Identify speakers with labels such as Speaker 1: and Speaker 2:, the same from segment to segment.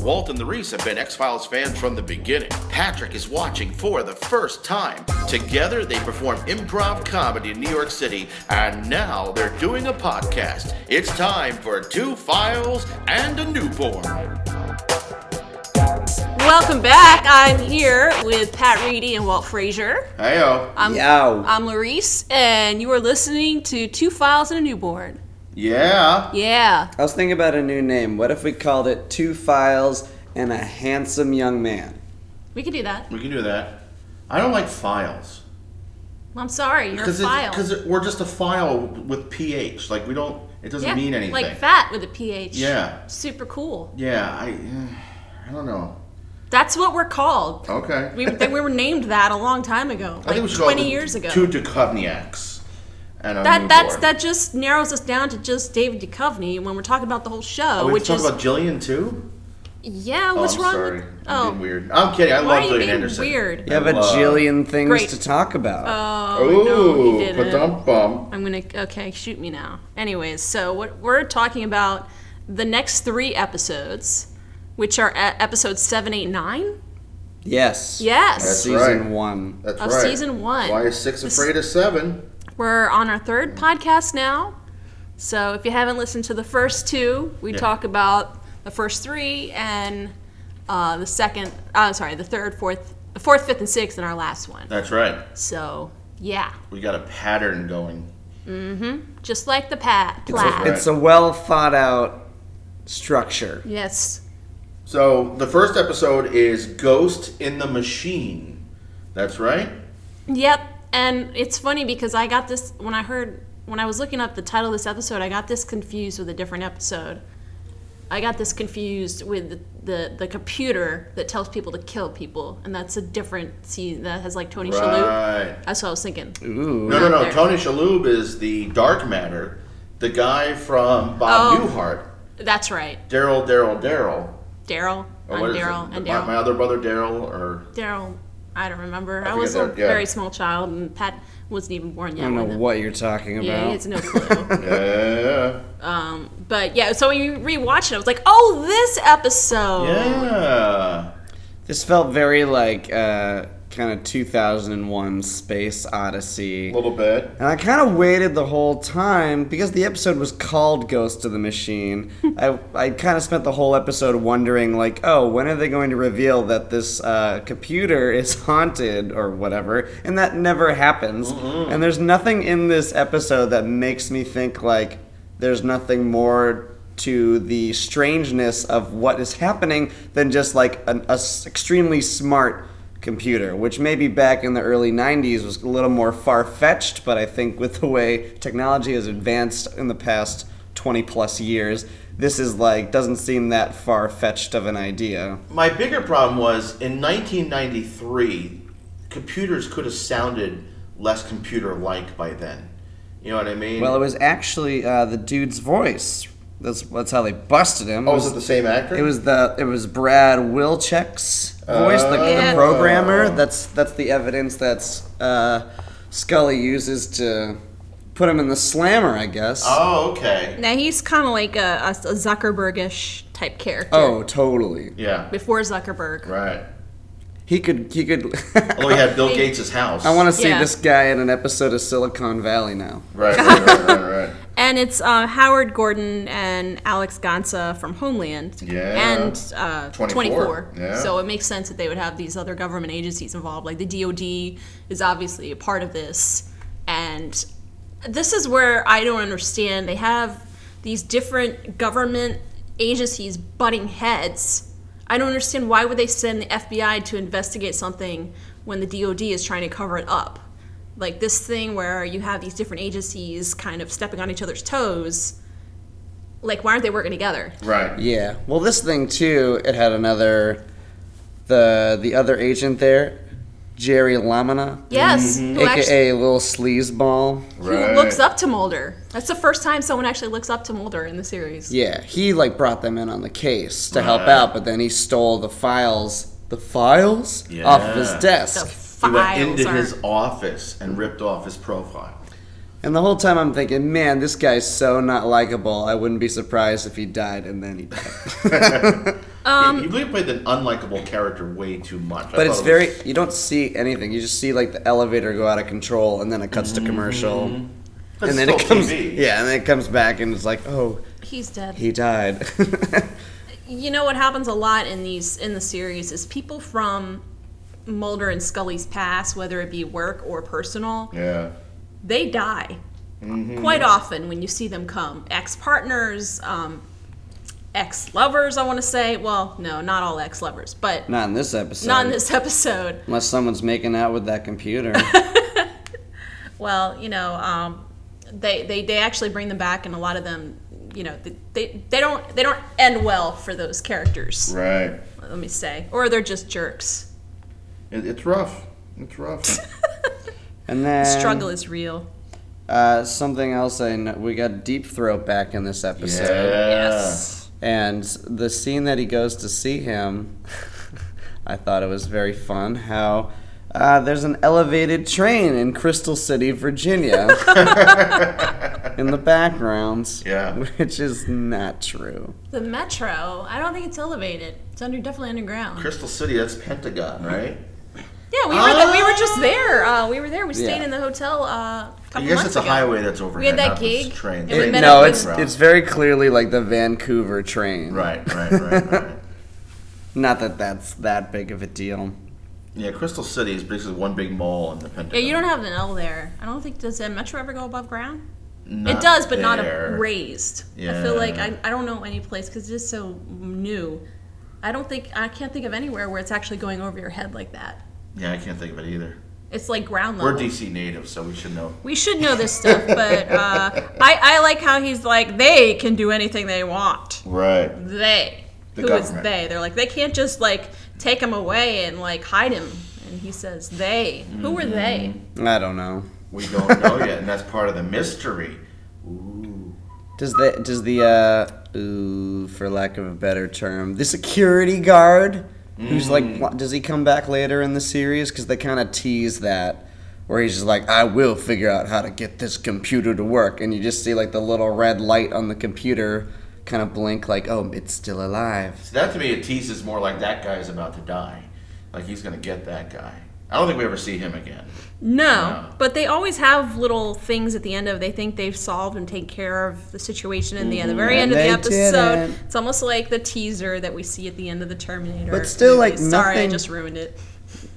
Speaker 1: Walt and the Reese have been X Files fans from the beginning. Patrick is watching for the first time. Together, they perform improv comedy in New York City, and now they're doing a podcast. It's time for Two Files and a Newborn.
Speaker 2: Welcome back. I'm here with Pat Reedy and Walt Frazier.
Speaker 1: Heyo.
Speaker 2: I'm,
Speaker 3: Yo.
Speaker 2: I'm Larice, and you are listening to Two Files and a Newborn.
Speaker 1: Yeah.
Speaker 2: Yeah.
Speaker 3: I was thinking about a new name. What if we called it Two Files and a Handsome Young Man?
Speaker 2: We can do that.
Speaker 1: We can do that. I don't like files.
Speaker 2: I'm sorry, you're a
Speaker 1: Because
Speaker 2: file.
Speaker 1: because we're just a file with ph. Like we don't. It doesn't
Speaker 2: Yeah,
Speaker 1: mean anything.
Speaker 2: Like fat with a pH.
Speaker 1: Yeah.
Speaker 2: Super cool.
Speaker 1: Yeah. I. I don't know.
Speaker 2: That's what we're called.
Speaker 1: Okay.
Speaker 2: We, they, we were named that a long time ago,
Speaker 1: I think
Speaker 2: like
Speaker 1: we should call it
Speaker 2: 20
Speaker 1: the
Speaker 2: years ago.
Speaker 1: Two Duchovniaks. And a
Speaker 2: that
Speaker 1: newborn.
Speaker 2: that's that just narrows us down to just David Duchovny when we're talking about the whole show,
Speaker 1: Oh, we
Speaker 2: which
Speaker 1: talk
Speaker 2: is
Speaker 1: about Jillian too.
Speaker 2: yeah.
Speaker 1: Oh,
Speaker 2: What's
Speaker 1: I'm
Speaker 2: wrong?
Speaker 1: Sorry,
Speaker 2: With,
Speaker 1: I'm
Speaker 2: oh,
Speaker 1: being weird. I'm kidding. I
Speaker 2: why
Speaker 1: love
Speaker 2: are you
Speaker 1: Jillian
Speaker 2: being
Speaker 1: Anderson.
Speaker 2: weird?
Speaker 3: You have a
Speaker 1: Love.
Speaker 3: jillion things
Speaker 2: Great.
Speaker 3: to talk about.
Speaker 2: Oh
Speaker 1: Oh,
Speaker 2: no, he didn't.
Speaker 1: pa-dum-bum.
Speaker 2: I'm gonna okay, shoot me now. Anyways, so what we're talking about the next three episodes, which are e- episodes seven, eight, nine.
Speaker 3: yes.
Speaker 2: Yes,
Speaker 1: That's
Speaker 3: Season
Speaker 1: right.
Speaker 3: one.
Speaker 1: That's
Speaker 2: Of
Speaker 1: right.
Speaker 2: season one.
Speaker 1: Why is six afraid of seven?
Speaker 2: we're on our third podcast now. So if you haven't listened to the first two, we
Speaker 1: Yeah.
Speaker 2: talk about the first three and uh, the second. Uh, sorry, the third, fourth, the fourth, fifth, and sixth, and our last one.
Speaker 1: That's right.
Speaker 2: So yeah,
Speaker 1: We got a pattern going.
Speaker 2: just like the pat plaid.
Speaker 1: Right.
Speaker 3: It's a well thought out structure.
Speaker 2: Yes.
Speaker 1: So the first episode is Ghost in the Machine. That's right.
Speaker 2: Yep. And it's funny because I got this when I heard when I was looking up the title of this episode, I got this confused with a different episode. I got this confused with the the, the computer that tells people to kill people, and that's a different season that has like Tony Shalhoub.
Speaker 1: Right.
Speaker 2: That's what I was thinking.
Speaker 3: Ooh.
Speaker 1: No, no, no.
Speaker 2: There.
Speaker 1: Tony Shalhoub is the Dark Matter, the guy from Bob
Speaker 2: Oh.
Speaker 1: Newhart,
Speaker 2: That's right,
Speaker 1: Daryl, Daryl, Daryl.
Speaker 2: Daryl.
Speaker 1: Or Oh,
Speaker 2: I'm
Speaker 1: what is
Speaker 2: Daryl
Speaker 1: it?
Speaker 2: and
Speaker 1: My, my
Speaker 2: Daryl.
Speaker 1: other brother Daryl, or
Speaker 2: Daryl. I don't remember. I,
Speaker 1: forget
Speaker 2: was a
Speaker 1: that, yeah.
Speaker 2: very small child, and Pat wasn't even born
Speaker 3: I
Speaker 2: yet.
Speaker 3: don't know
Speaker 2: when the-
Speaker 3: what you're talking about.
Speaker 2: yeah, he has no clue.
Speaker 1: yeah,
Speaker 2: but yeah, so when you rewatch it, I was like, "Oh, this episode."
Speaker 1: yeah.
Speaker 3: This felt very like uh, kind of 2001 Space Odyssey.
Speaker 1: A little bit.
Speaker 3: And I kind of waited the whole time because the episode was called Ghost of the Machine. I, I kind of spent the whole episode wondering, like, oh, when are they going to reveal that this uh, computer is haunted or whatever? And that never happens. And there's nothing in this episode that makes me think, like, there's nothing more to the strangeness of what is happening than just like an a s extremely smart computer, which maybe back in the early 90s was a little more far fetched, but I think with the way technology has advanced in the past 20 plus years, this is like, doesn't seem that far fetched of an idea.
Speaker 1: My bigger problem was in 1993, computers could have sounded less computer-like by then. You know what I mean?
Speaker 3: Well, it was actually uh, the dude's voice. That's, that's how they busted him.
Speaker 1: oh, was it the same actor?
Speaker 3: It was the it was Brad Wilczek's voice, the,
Speaker 2: Yeah.
Speaker 1: Oh.
Speaker 3: the programmer. That's that's the evidence that's uh, Scully uses to put him in the slammer, I guess.
Speaker 1: Oh, okay.
Speaker 2: Now he's kind of like a, a Zuckerbergish type character.
Speaker 3: Oh, totally.
Speaker 1: Yeah.
Speaker 2: Before Zuckerberg.
Speaker 1: Right.
Speaker 3: He could he could.
Speaker 1: Although he had Bill Gates' house.
Speaker 3: I want to see
Speaker 2: Yeah.
Speaker 3: this guy in an episode of Silicon Valley now.
Speaker 1: Right, right, right, right, right.
Speaker 2: And it's uh, Howard Gordon and Alex Gansa from Homeland.
Speaker 1: Yeah.
Speaker 2: And uh, 24.
Speaker 1: 24, yeah.
Speaker 2: So it makes sense that they would have these other government agencies involved. Like the DoD is obviously a part of this. And this is where I don't understand. They have these different government agencies butting heads. I don't understand why would they send the FBI to investigate something when the DoD is trying to cover it up. Like this thing where you have these different agencies kind of stepping on each other's toes. Like why aren't they working together?
Speaker 1: Right.
Speaker 3: Yeah. Well, this thing too. It had another the the other agent there, Jerry Lamina.
Speaker 2: Yes, who actually
Speaker 3: AKA Little Sleazeball.
Speaker 2: who
Speaker 1: Right.
Speaker 2: looks up to Mulder. That's the first time someone actually looks up to Mulder in the series.
Speaker 3: Yeah, he like brought them in on the case to help
Speaker 1: Right.
Speaker 3: out, but then he stole the files, the files off of his
Speaker 1: Yeah.
Speaker 2: The
Speaker 3: desk.
Speaker 1: He went
Speaker 2: files
Speaker 1: into
Speaker 2: are
Speaker 1: his office and ripped off his profile.
Speaker 3: And the whole time I'm thinking, man, this guy's so not likable. I wouldn't be surprised if he died, and then he died.
Speaker 1: you really played the unlikable character way too much. I
Speaker 3: Um, But it's
Speaker 1: thought it was-
Speaker 3: very you don't see anything. You just see like the elevator go out of control and then it cuts to commercial.
Speaker 1: That's
Speaker 3: and then it
Speaker 1: Mm-hmm. still
Speaker 3: comes
Speaker 1: TV.
Speaker 3: Yeah, and then it comes back and it's like, "Oh,
Speaker 2: He's dead.
Speaker 3: he died."
Speaker 2: you know what happens a lot in these in the series is people from Mulder and Scully's past, whether it be work or personal,
Speaker 1: Yeah.
Speaker 2: they die
Speaker 1: Mm-hmm.
Speaker 2: quite often when you see them come. Ex partners, um, ex lovers, I want to say. Well, no, not all ex lovers, but
Speaker 3: not in this episode.
Speaker 2: not in this episode.
Speaker 3: Unless someone's making out with that computer.
Speaker 2: Well, you know, um, they, they they actually bring them back, and a lot of them, you know, they, they they don't they don't end well for those characters.
Speaker 1: Right.
Speaker 2: Let me say, or they're just jerks.
Speaker 1: It, it's rough. It's rough.
Speaker 3: and then
Speaker 2: Struggle is real.
Speaker 3: Uh, something else I know, we got deep throat back in this episode.
Speaker 2: Yes.
Speaker 3: And the scene that he goes to see him, I thought it was very fun. How uh, there's an elevated train in Crystal City, Virginia, in the background.
Speaker 1: Yeah.
Speaker 3: Which is not true.
Speaker 2: The metro. I don't think it's elevated. It's under definitely underground.
Speaker 1: Crystal City, that's Pentagon, right?
Speaker 2: Yeah, we were the, we were just there. Uh, we were there. We stayed
Speaker 3: Yeah.
Speaker 2: in the hotel uh, a
Speaker 1: Ah. I
Speaker 2: couple
Speaker 1: guess
Speaker 2: months
Speaker 1: it's a
Speaker 2: ago.
Speaker 1: highway that's overhead.
Speaker 2: We had that
Speaker 1: not this
Speaker 2: gig,
Speaker 1: Train.
Speaker 2: and we
Speaker 1: Train-
Speaker 2: met up
Speaker 3: no,
Speaker 2: with-
Speaker 3: it's it's very clearly like the Vancouver train.
Speaker 1: right, right, right, right.
Speaker 3: Not that that's that big of a deal.
Speaker 1: Yeah, Crystal City is basically one big mall in the Pentagon.
Speaker 2: Yeah, you don't have an L there. I don't think does the metro ever go above ground.
Speaker 1: Not
Speaker 2: it does, but not
Speaker 1: there.
Speaker 2: a, raised. I
Speaker 1: Yeah.
Speaker 2: feel like I, I don't know any place because it is so new. I don't think I can't think of anywhere where it's actually going over your head like that.
Speaker 1: Yeah, I can't think of it either.
Speaker 2: It's like ground level.
Speaker 1: We're DC natives, so we should know.
Speaker 2: We should know this stuff, but uh, I, I like how he's like, they can do anything they want.
Speaker 1: Right.
Speaker 2: They.
Speaker 1: The
Speaker 2: Who is
Speaker 1: government.
Speaker 2: they? They're like, they can't just like take him away and like hide him. And he says, they. Who
Speaker 1: Mm-hmm.
Speaker 2: were they?
Speaker 3: I don't know.
Speaker 1: We don't know yet, and that's part of the mystery. Ooh.
Speaker 3: Does the does the uh ooh, for lack of a better term, the security guard who's like pl- does he come back later in the series cuz they kind of tease that where he's just like I will figure out how to get this computer to work and you just see like the little red light on the computer kind of blink like oh it's still alive.
Speaker 1: So that to me, it teases more like that guy's about to die. Like he's going to get that guy. I don't think we ever see him again.
Speaker 2: No. But they always have little things at the end of they think they've solved and take care of the situation in the, at the
Speaker 1: Mm-hmm.
Speaker 2: very end
Speaker 3: And
Speaker 2: of the
Speaker 3: they
Speaker 2: episode.
Speaker 3: didn't.
Speaker 2: It's almost like the teaser that we see at the end of the Terminator.
Speaker 3: But still, like,
Speaker 2: movie. Sorry, I
Speaker 3: nothing-
Speaker 2: just ruined it.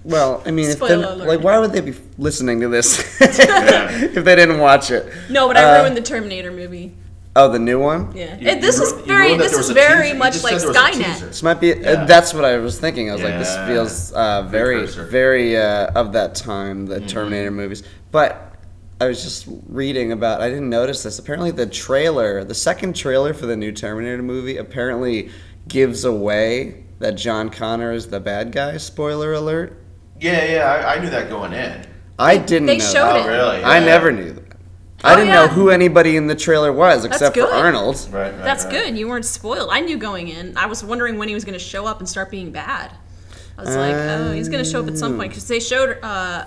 Speaker 3: Well, I mean if they,
Speaker 2: Spoiler alert.
Speaker 3: like why would they be listening to this if they didn't watch it?
Speaker 2: No, but I
Speaker 3: Uh,
Speaker 2: ruined the Terminator movie.
Speaker 3: Oh, the new one?
Speaker 2: Yeah.
Speaker 1: You-
Speaker 2: And this
Speaker 1: you
Speaker 2: is
Speaker 1: ru- you
Speaker 2: very
Speaker 1: ruined that
Speaker 2: this
Speaker 1: there
Speaker 2: is
Speaker 1: was a
Speaker 2: very
Speaker 1: teaser. You
Speaker 2: much
Speaker 1: just
Speaker 2: like
Speaker 1: said there was a
Speaker 2: Skynet.
Speaker 1: teaser.
Speaker 3: This might be.
Speaker 1: Yeah.
Speaker 3: Uh, that's what I was thinking. I was like, this
Speaker 1: Yeah.
Speaker 3: feels uh, very,
Speaker 1: Precursor.
Speaker 3: very uh, of that time,
Speaker 1: Mm-hmm.
Speaker 3: the Terminator movies. But I was just reading about. I didn't notice this. Apparently, the trailer, the second trailer for the new Terminator movie, apparently gives away that John Connor is the bad guy. Spoiler alert.
Speaker 1: Yeah, yeah, I, I knew that going in.
Speaker 3: I didn't.
Speaker 2: they
Speaker 3: know
Speaker 2: showed Oh,
Speaker 3: that.
Speaker 1: Oh, really?
Speaker 3: I
Speaker 1: Yeah.
Speaker 3: never knew that. I didn't know
Speaker 2: yeah.
Speaker 3: who anybody in the trailer was except for
Speaker 2: good.
Speaker 3: Arnold.
Speaker 1: Right, right.
Speaker 2: That's
Speaker 1: right.
Speaker 2: good. You weren't spoiled. I knew going in. I was wondering when he was going to show up and start being bad. I was like, oh, he's going to show up at some
Speaker 1: Um.
Speaker 2: point because they showed uh,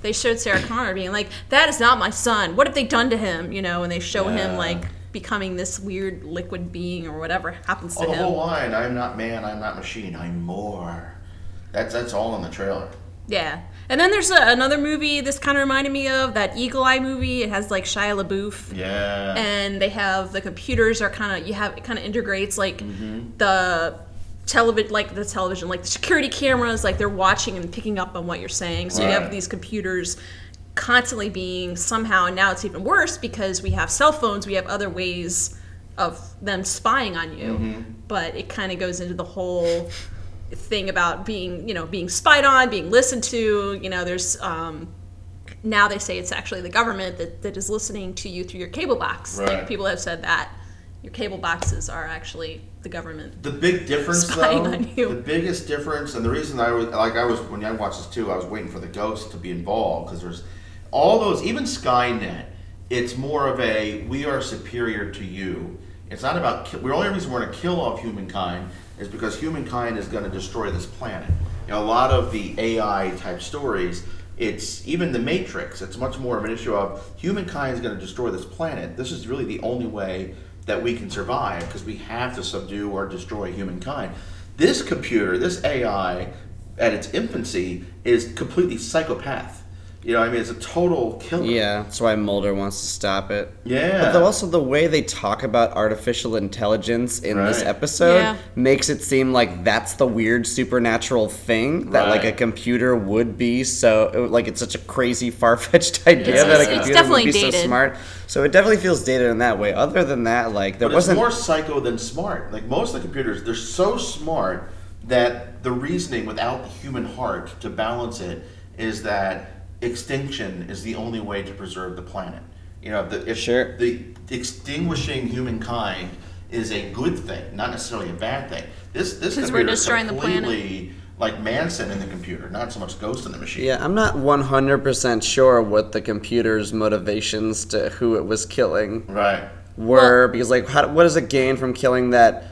Speaker 2: they showed Sarah Connor being like, that is not my son. What have they done to him? You know, and they show him
Speaker 1: Yeah.
Speaker 2: like becoming this weird liquid being or whatever happens to
Speaker 1: Oh, the
Speaker 2: him.
Speaker 1: whole line I'm not man, I'm not machine, I'm more. That's, that's all in the trailer.
Speaker 2: Yeah. And then there's a, another movie this kind of reminded me of that Eagle Eye movie. It has like Shia LaBeouf.
Speaker 1: Yeah.
Speaker 2: and they have the computers are kind of you have it kind of integrates like
Speaker 1: Mm-hmm.
Speaker 2: the television like the television like the security cameras like they're watching and picking up on what you're saying so you
Speaker 1: Right.
Speaker 2: have these computers constantly being somehow and now it's even worse because we have cell phones we have other ways of them spying on you
Speaker 1: Mm-hmm.
Speaker 2: but it kind of goes into the whole thing about being you know being spied on being listened to you know there's um, now they say it's actually the government that, that is listening to you through your cable box.
Speaker 1: Right.
Speaker 2: Like people have said that your cable boxes are actually the government.
Speaker 1: The big difference,
Speaker 2: Spying
Speaker 1: though,
Speaker 2: on you.
Speaker 1: the biggest difference, and the reason I was like I was when I watched this too, I was waiting for the ghost to be involved because there's all those, even Skynet. It's more of a we are superior to you. It's not about ki- the only reason we're going to kill off humankind is because humankind is going to destroy this planet. You know, a lot of the AI type stories It's even the Matrix. It's much more of an issue of humankind is going to destroy this planet. This is really the only way that we can survive because we have to subdue or destroy humankind. This computer, this AI, at its infancy, is completely psychopath. You know, what I mean, it's a total killer.
Speaker 3: Yeah, that's why Mulder wants to stop it.
Speaker 1: Yeah.
Speaker 3: But though also the way they talk about artificial intelligence in this
Speaker 1: Right.
Speaker 3: episode
Speaker 2: Yeah.
Speaker 3: makes it seem like that's the weird supernatural thing that like a
Speaker 1: Right.
Speaker 3: computer would be so like it's such a crazy far fetched idea
Speaker 2: it's- it's
Speaker 3: that a computer would
Speaker 2: definitely
Speaker 3: be so
Speaker 2: dated.
Speaker 3: smart. So it definitely feels dated in that way. Other than that, like there
Speaker 1: But it's
Speaker 3: wasn't
Speaker 1: more psycho than smart. Like most of the computers, they're so smart that the reasoning without the human heart to balance it is that extinction is the only way to preserve the planet. You know, the, if
Speaker 3: Sure.
Speaker 1: the extinguishing humankind is a good thing, not necessarily a bad thing. This this
Speaker 2: 'Cause
Speaker 1: computer
Speaker 2: we're
Speaker 1: is
Speaker 2: destroying the planet.
Speaker 1: completely like Manson in the computer, not so much Ghost in the Machine.
Speaker 3: Yeah, I'm not 100% sure what the computer's motivations to who it was killing
Speaker 1: Right.
Speaker 3: were because like how, what does it gain from killing that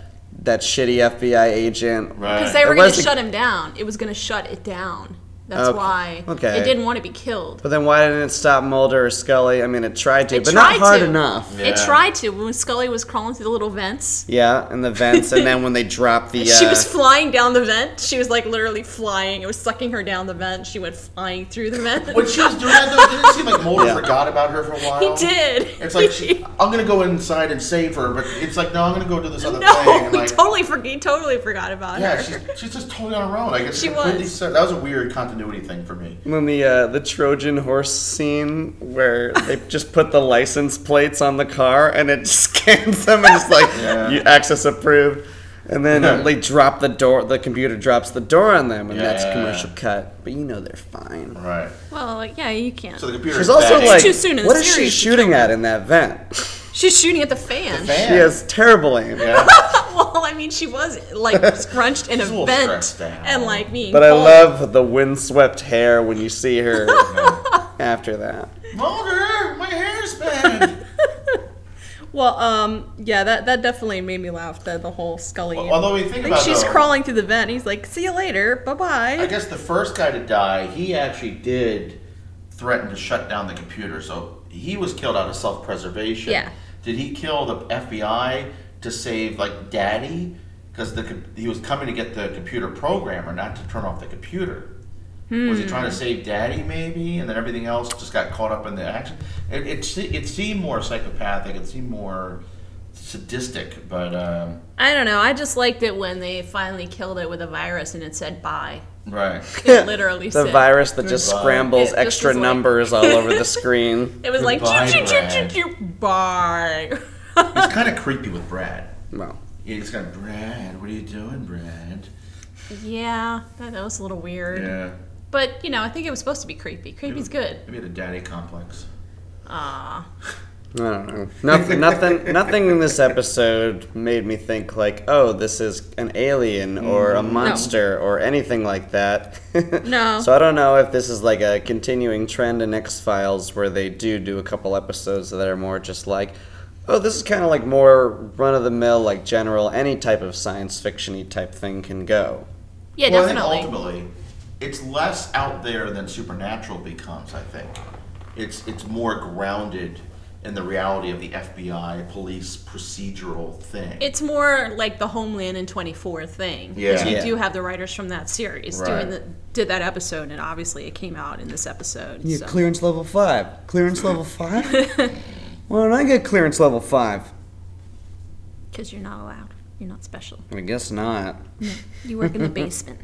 Speaker 3: that shitty FBI agent?
Speaker 1: Right.
Speaker 2: Because they were
Speaker 3: It
Speaker 2: going
Speaker 3: was
Speaker 2: to
Speaker 3: the-
Speaker 2: shut him down. It was going to shut it down. That's
Speaker 3: Okay.
Speaker 2: why
Speaker 3: Okay.
Speaker 2: it didn't want to be killed.
Speaker 3: But then why didn't it stop Mulder or Scully? I mean, it tried to,
Speaker 2: It
Speaker 3: but
Speaker 2: tried
Speaker 3: not hard
Speaker 2: to.
Speaker 3: enough.
Speaker 1: Yeah.
Speaker 2: It tried to when Scully was crawling through the little vents.
Speaker 3: Yeah, and the vents, and then when they dropped the uh,
Speaker 2: She was flying down the vent. She was like literally flying. It was sucking her down the vent. She went flying through the vent.
Speaker 1: When she was doing that, though, didn't it seem like Mulder
Speaker 3: Yeah.
Speaker 1: forgot about her for a while?
Speaker 2: he did.
Speaker 1: Um, It's like she, I'm gonna go inside and save her, but it's like no, I'm gonna go do this other thing.
Speaker 2: no,
Speaker 1: And
Speaker 2: he
Speaker 1: like,
Speaker 2: totally forgot. He totally forgot about
Speaker 1: yeah,
Speaker 2: her.
Speaker 1: she's, she's just totally on her own. Like it's
Speaker 2: She
Speaker 1: completely
Speaker 2: was.
Speaker 1: se- that was a weird continuity thing for me.
Speaker 3: when the uh, the Trojan horse scene where they just put the license plates on the car and it scans them and it's like
Speaker 1: Yeah.
Speaker 3: you access approved, and then they drop the door. The computer drops the door on them, and that's
Speaker 1: Yeah.
Speaker 3: commercial cut. But you know they're fine.
Speaker 1: Right.
Speaker 2: well, like, yeah, you can't.
Speaker 1: So the computer.
Speaker 3: She's
Speaker 1: is
Speaker 3: also
Speaker 1: bad.
Speaker 3: like,
Speaker 2: too soon in the
Speaker 3: what is she
Speaker 2: series to
Speaker 3: shooting at in that vent?
Speaker 2: she's shooting at the fan.
Speaker 1: fan.
Speaker 3: She has terrible aim.
Speaker 1: Yeah.
Speaker 2: well, I mean, she was like scrunched in a
Speaker 1: She's a little
Speaker 2: vent
Speaker 1: stressed out.
Speaker 2: and like being.
Speaker 3: But I
Speaker 2: pulled.
Speaker 3: love the windswept hair when you see her after that.
Speaker 1: Mulder, my hair's bad.
Speaker 2: Well, um, yeah, that that definitely made me laugh. The the whole Scully.
Speaker 1: Although we think
Speaker 2: like
Speaker 1: about
Speaker 2: she's
Speaker 1: though,
Speaker 2: crawling through the vent. He's like, "See you later, bye
Speaker 1: I
Speaker 2: bye."
Speaker 1: guess the first guy to die, he actually did threaten to shut down the computer, so he was killed out of self-preservation.
Speaker 2: Yeah.
Speaker 1: Did he kill the FBI to save like Daddy? Because the com- he was coming to get the computer programmer, not to turn off the computer. Was he trying to save Daddy maybe, and then everything else just got caught up in the action? It it, se- it seemed more psychopathic. It seemed more sadistic, but um,
Speaker 2: I don't know. I just liked it when they finally killed it with a virus and it said "bye."
Speaker 1: right.
Speaker 2: It literally
Speaker 3: The
Speaker 2: said
Speaker 3: virus that just
Speaker 1: Goodbye.
Speaker 3: scrambles
Speaker 2: It just
Speaker 3: extra
Speaker 2: is like-
Speaker 3: numbers all over the screen.
Speaker 2: It was like
Speaker 1: Goodbye,
Speaker 2: "Choo, choo, choo,
Speaker 1: Brad."
Speaker 2: choo, choo, bye.
Speaker 1: It's kind of creepy with Brad.
Speaker 3: Well,
Speaker 1: Yeah, it's got Brad. What are you doing, Brad?
Speaker 2: yeah, that, that was a little weird.
Speaker 1: Yeah,
Speaker 2: But you know, I think it was supposed to be creepy. Creepy's good.
Speaker 1: maybe the daddy complex.
Speaker 2: Ah,
Speaker 3: I don't know. Nothing, nothing, nothing in this episode made me think like, oh, this is an alien or a monster or anything like that.
Speaker 2: Mm. No.
Speaker 3: So I don't know if this is like a continuing trend in X Files where they do do a couple episodes that are more just like, oh, this is kind of like more run of the mill, like general, any type of science fiction-y type thing can go.
Speaker 2: yeah,
Speaker 1: well, I
Speaker 2: definitely.
Speaker 1: think ultimately, it's less out there than supernatural becomes. I think it's it's more grounded in the reality of the FBI police procedural thing.
Speaker 2: It's more like the Homeland and 24 thing.
Speaker 1: Yeah.
Speaker 2: Because you
Speaker 3: Yeah.
Speaker 2: do have the writers from that series
Speaker 1: Right.
Speaker 2: doing the, did that episode, and obviously it came out in this episode.
Speaker 3: You
Speaker 2: so.
Speaker 3: clearance level five. Clearance level five? Why don't I get clearance level five?
Speaker 2: Because you're not allowed. You're not special.
Speaker 3: I guess not.
Speaker 2: You work in the basement.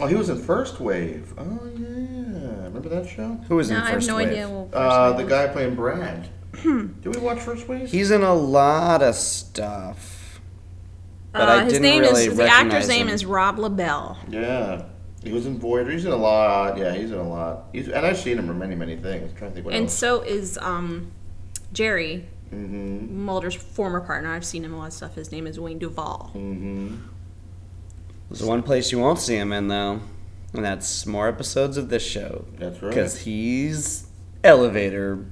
Speaker 1: oh, he was in First Wave. Oh yeah, remember that show?
Speaker 3: Who was in
Speaker 2: I have
Speaker 3: first
Speaker 2: no
Speaker 3: wave?
Speaker 2: idea. Well,
Speaker 1: Uh, the guy playing Brad. Did we watch First Wave?
Speaker 3: He's in a lot of stuff. But I
Speaker 2: Uh, his
Speaker 3: didn't
Speaker 2: name
Speaker 3: really
Speaker 2: is the actor's
Speaker 3: recognize
Speaker 2: name
Speaker 3: him.
Speaker 2: is Rob LaBelle.
Speaker 1: yeah. He was in Voyager. He's in a lot. Yeah, he's in a lot. He's, and I've seen him in many, many things. I'm trying to think what
Speaker 2: And
Speaker 1: else.
Speaker 2: so is um, Jerry,
Speaker 1: Mm-hmm.
Speaker 2: Mulder's former partner. I've seen him in a lot of stuff. His name is Wayne Duvall.
Speaker 1: Mm-hmm.
Speaker 3: There's one place you won't see him in though, and that's more episodes of this show.
Speaker 1: That's right.
Speaker 3: Because he's elevator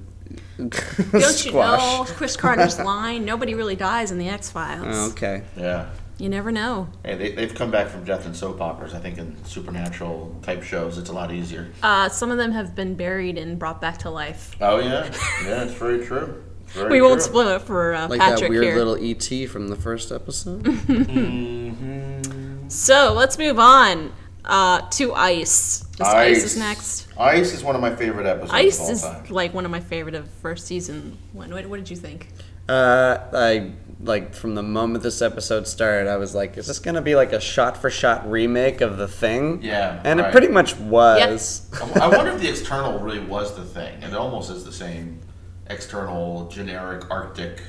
Speaker 2: Don't you
Speaker 3: squash. Oh,
Speaker 2: know Chris Carter's line? Nobody really dies in the X Files.
Speaker 3: Okay.
Speaker 1: Yeah.
Speaker 2: You never know.
Speaker 1: Hey, they, they've come back from death in soap operas. I think in supernatural type shows, it's a lot easier.
Speaker 2: Uh, some of them have been buried and brought back to life.
Speaker 1: Oh yeah, yeah, it's very true. It's very
Speaker 2: we won't
Speaker 1: true.
Speaker 2: spoil it for uh,
Speaker 3: Like
Speaker 2: Patrick
Speaker 3: that weird
Speaker 2: here.
Speaker 3: little ET from the first episode.
Speaker 2: So let's move on uh, to Ice. Mr. Ice. is next.
Speaker 1: Ice is one of my favorite episodes of
Speaker 2: Ice
Speaker 1: all
Speaker 2: is
Speaker 1: time.
Speaker 2: like one of my favorite of first season. One. What, what did you think?
Speaker 3: uh, I like from the moment this episode started, I was like, "Is this gonna be like a shot-for-shot remake of the thing?"
Speaker 1: Yeah,
Speaker 3: and
Speaker 1: right.
Speaker 3: it pretty much was.
Speaker 1: I I wonder if the external really was the thing. It almost is the same external, generic Arctic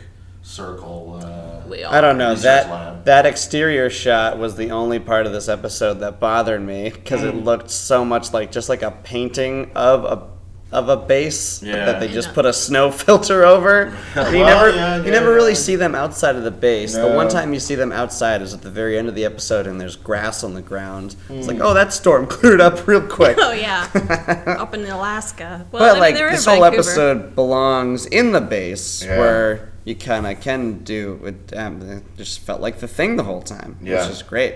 Speaker 1: circle. Uh,
Speaker 2: We all
Speaker 3: I don't know
Speaker 1: Research
Speaker 3: that
Speaker 1: lab.
Speaker 3: that exterior shot was the only part of this episode that bothered me because it looked so much like just like a painting of a of a base
Speaker 1: Yeah.
Speaker 3: that they just put a snow filter over. And you
Speaker 1: Well,
Speaker 3: never
Speaker 1: yeah,
Speaker 3: you
Speaker 1: yeah,
Speaker 3: never
Speaker 1: yeah.
Speaker 3: really see them outside of the base. The one
Speaker 1: No.
Speaker 3: time you see them outside is at the very end of the episode and there's grass on the ground. It's
Speaker 1: Hmm.
Speaker 3: like, oh, that storm cleared up real quick.
Speaker 2: Oh yeah, up in Alaska. Well, I
Speaker 3: But
Speaker 2: mean,
Speaker 3: like
Speaker 2: they were in
Speaker 3: this whole
Speaker 2: Vancouver.
Speaker 3: episode belongs in the base
Speaker 1: Yeah.
Speaker 3: where you kind of can do it. Um, it just felt like the thing the whole time,
Speaker 1: Yeah.
Speaker 3: which is great.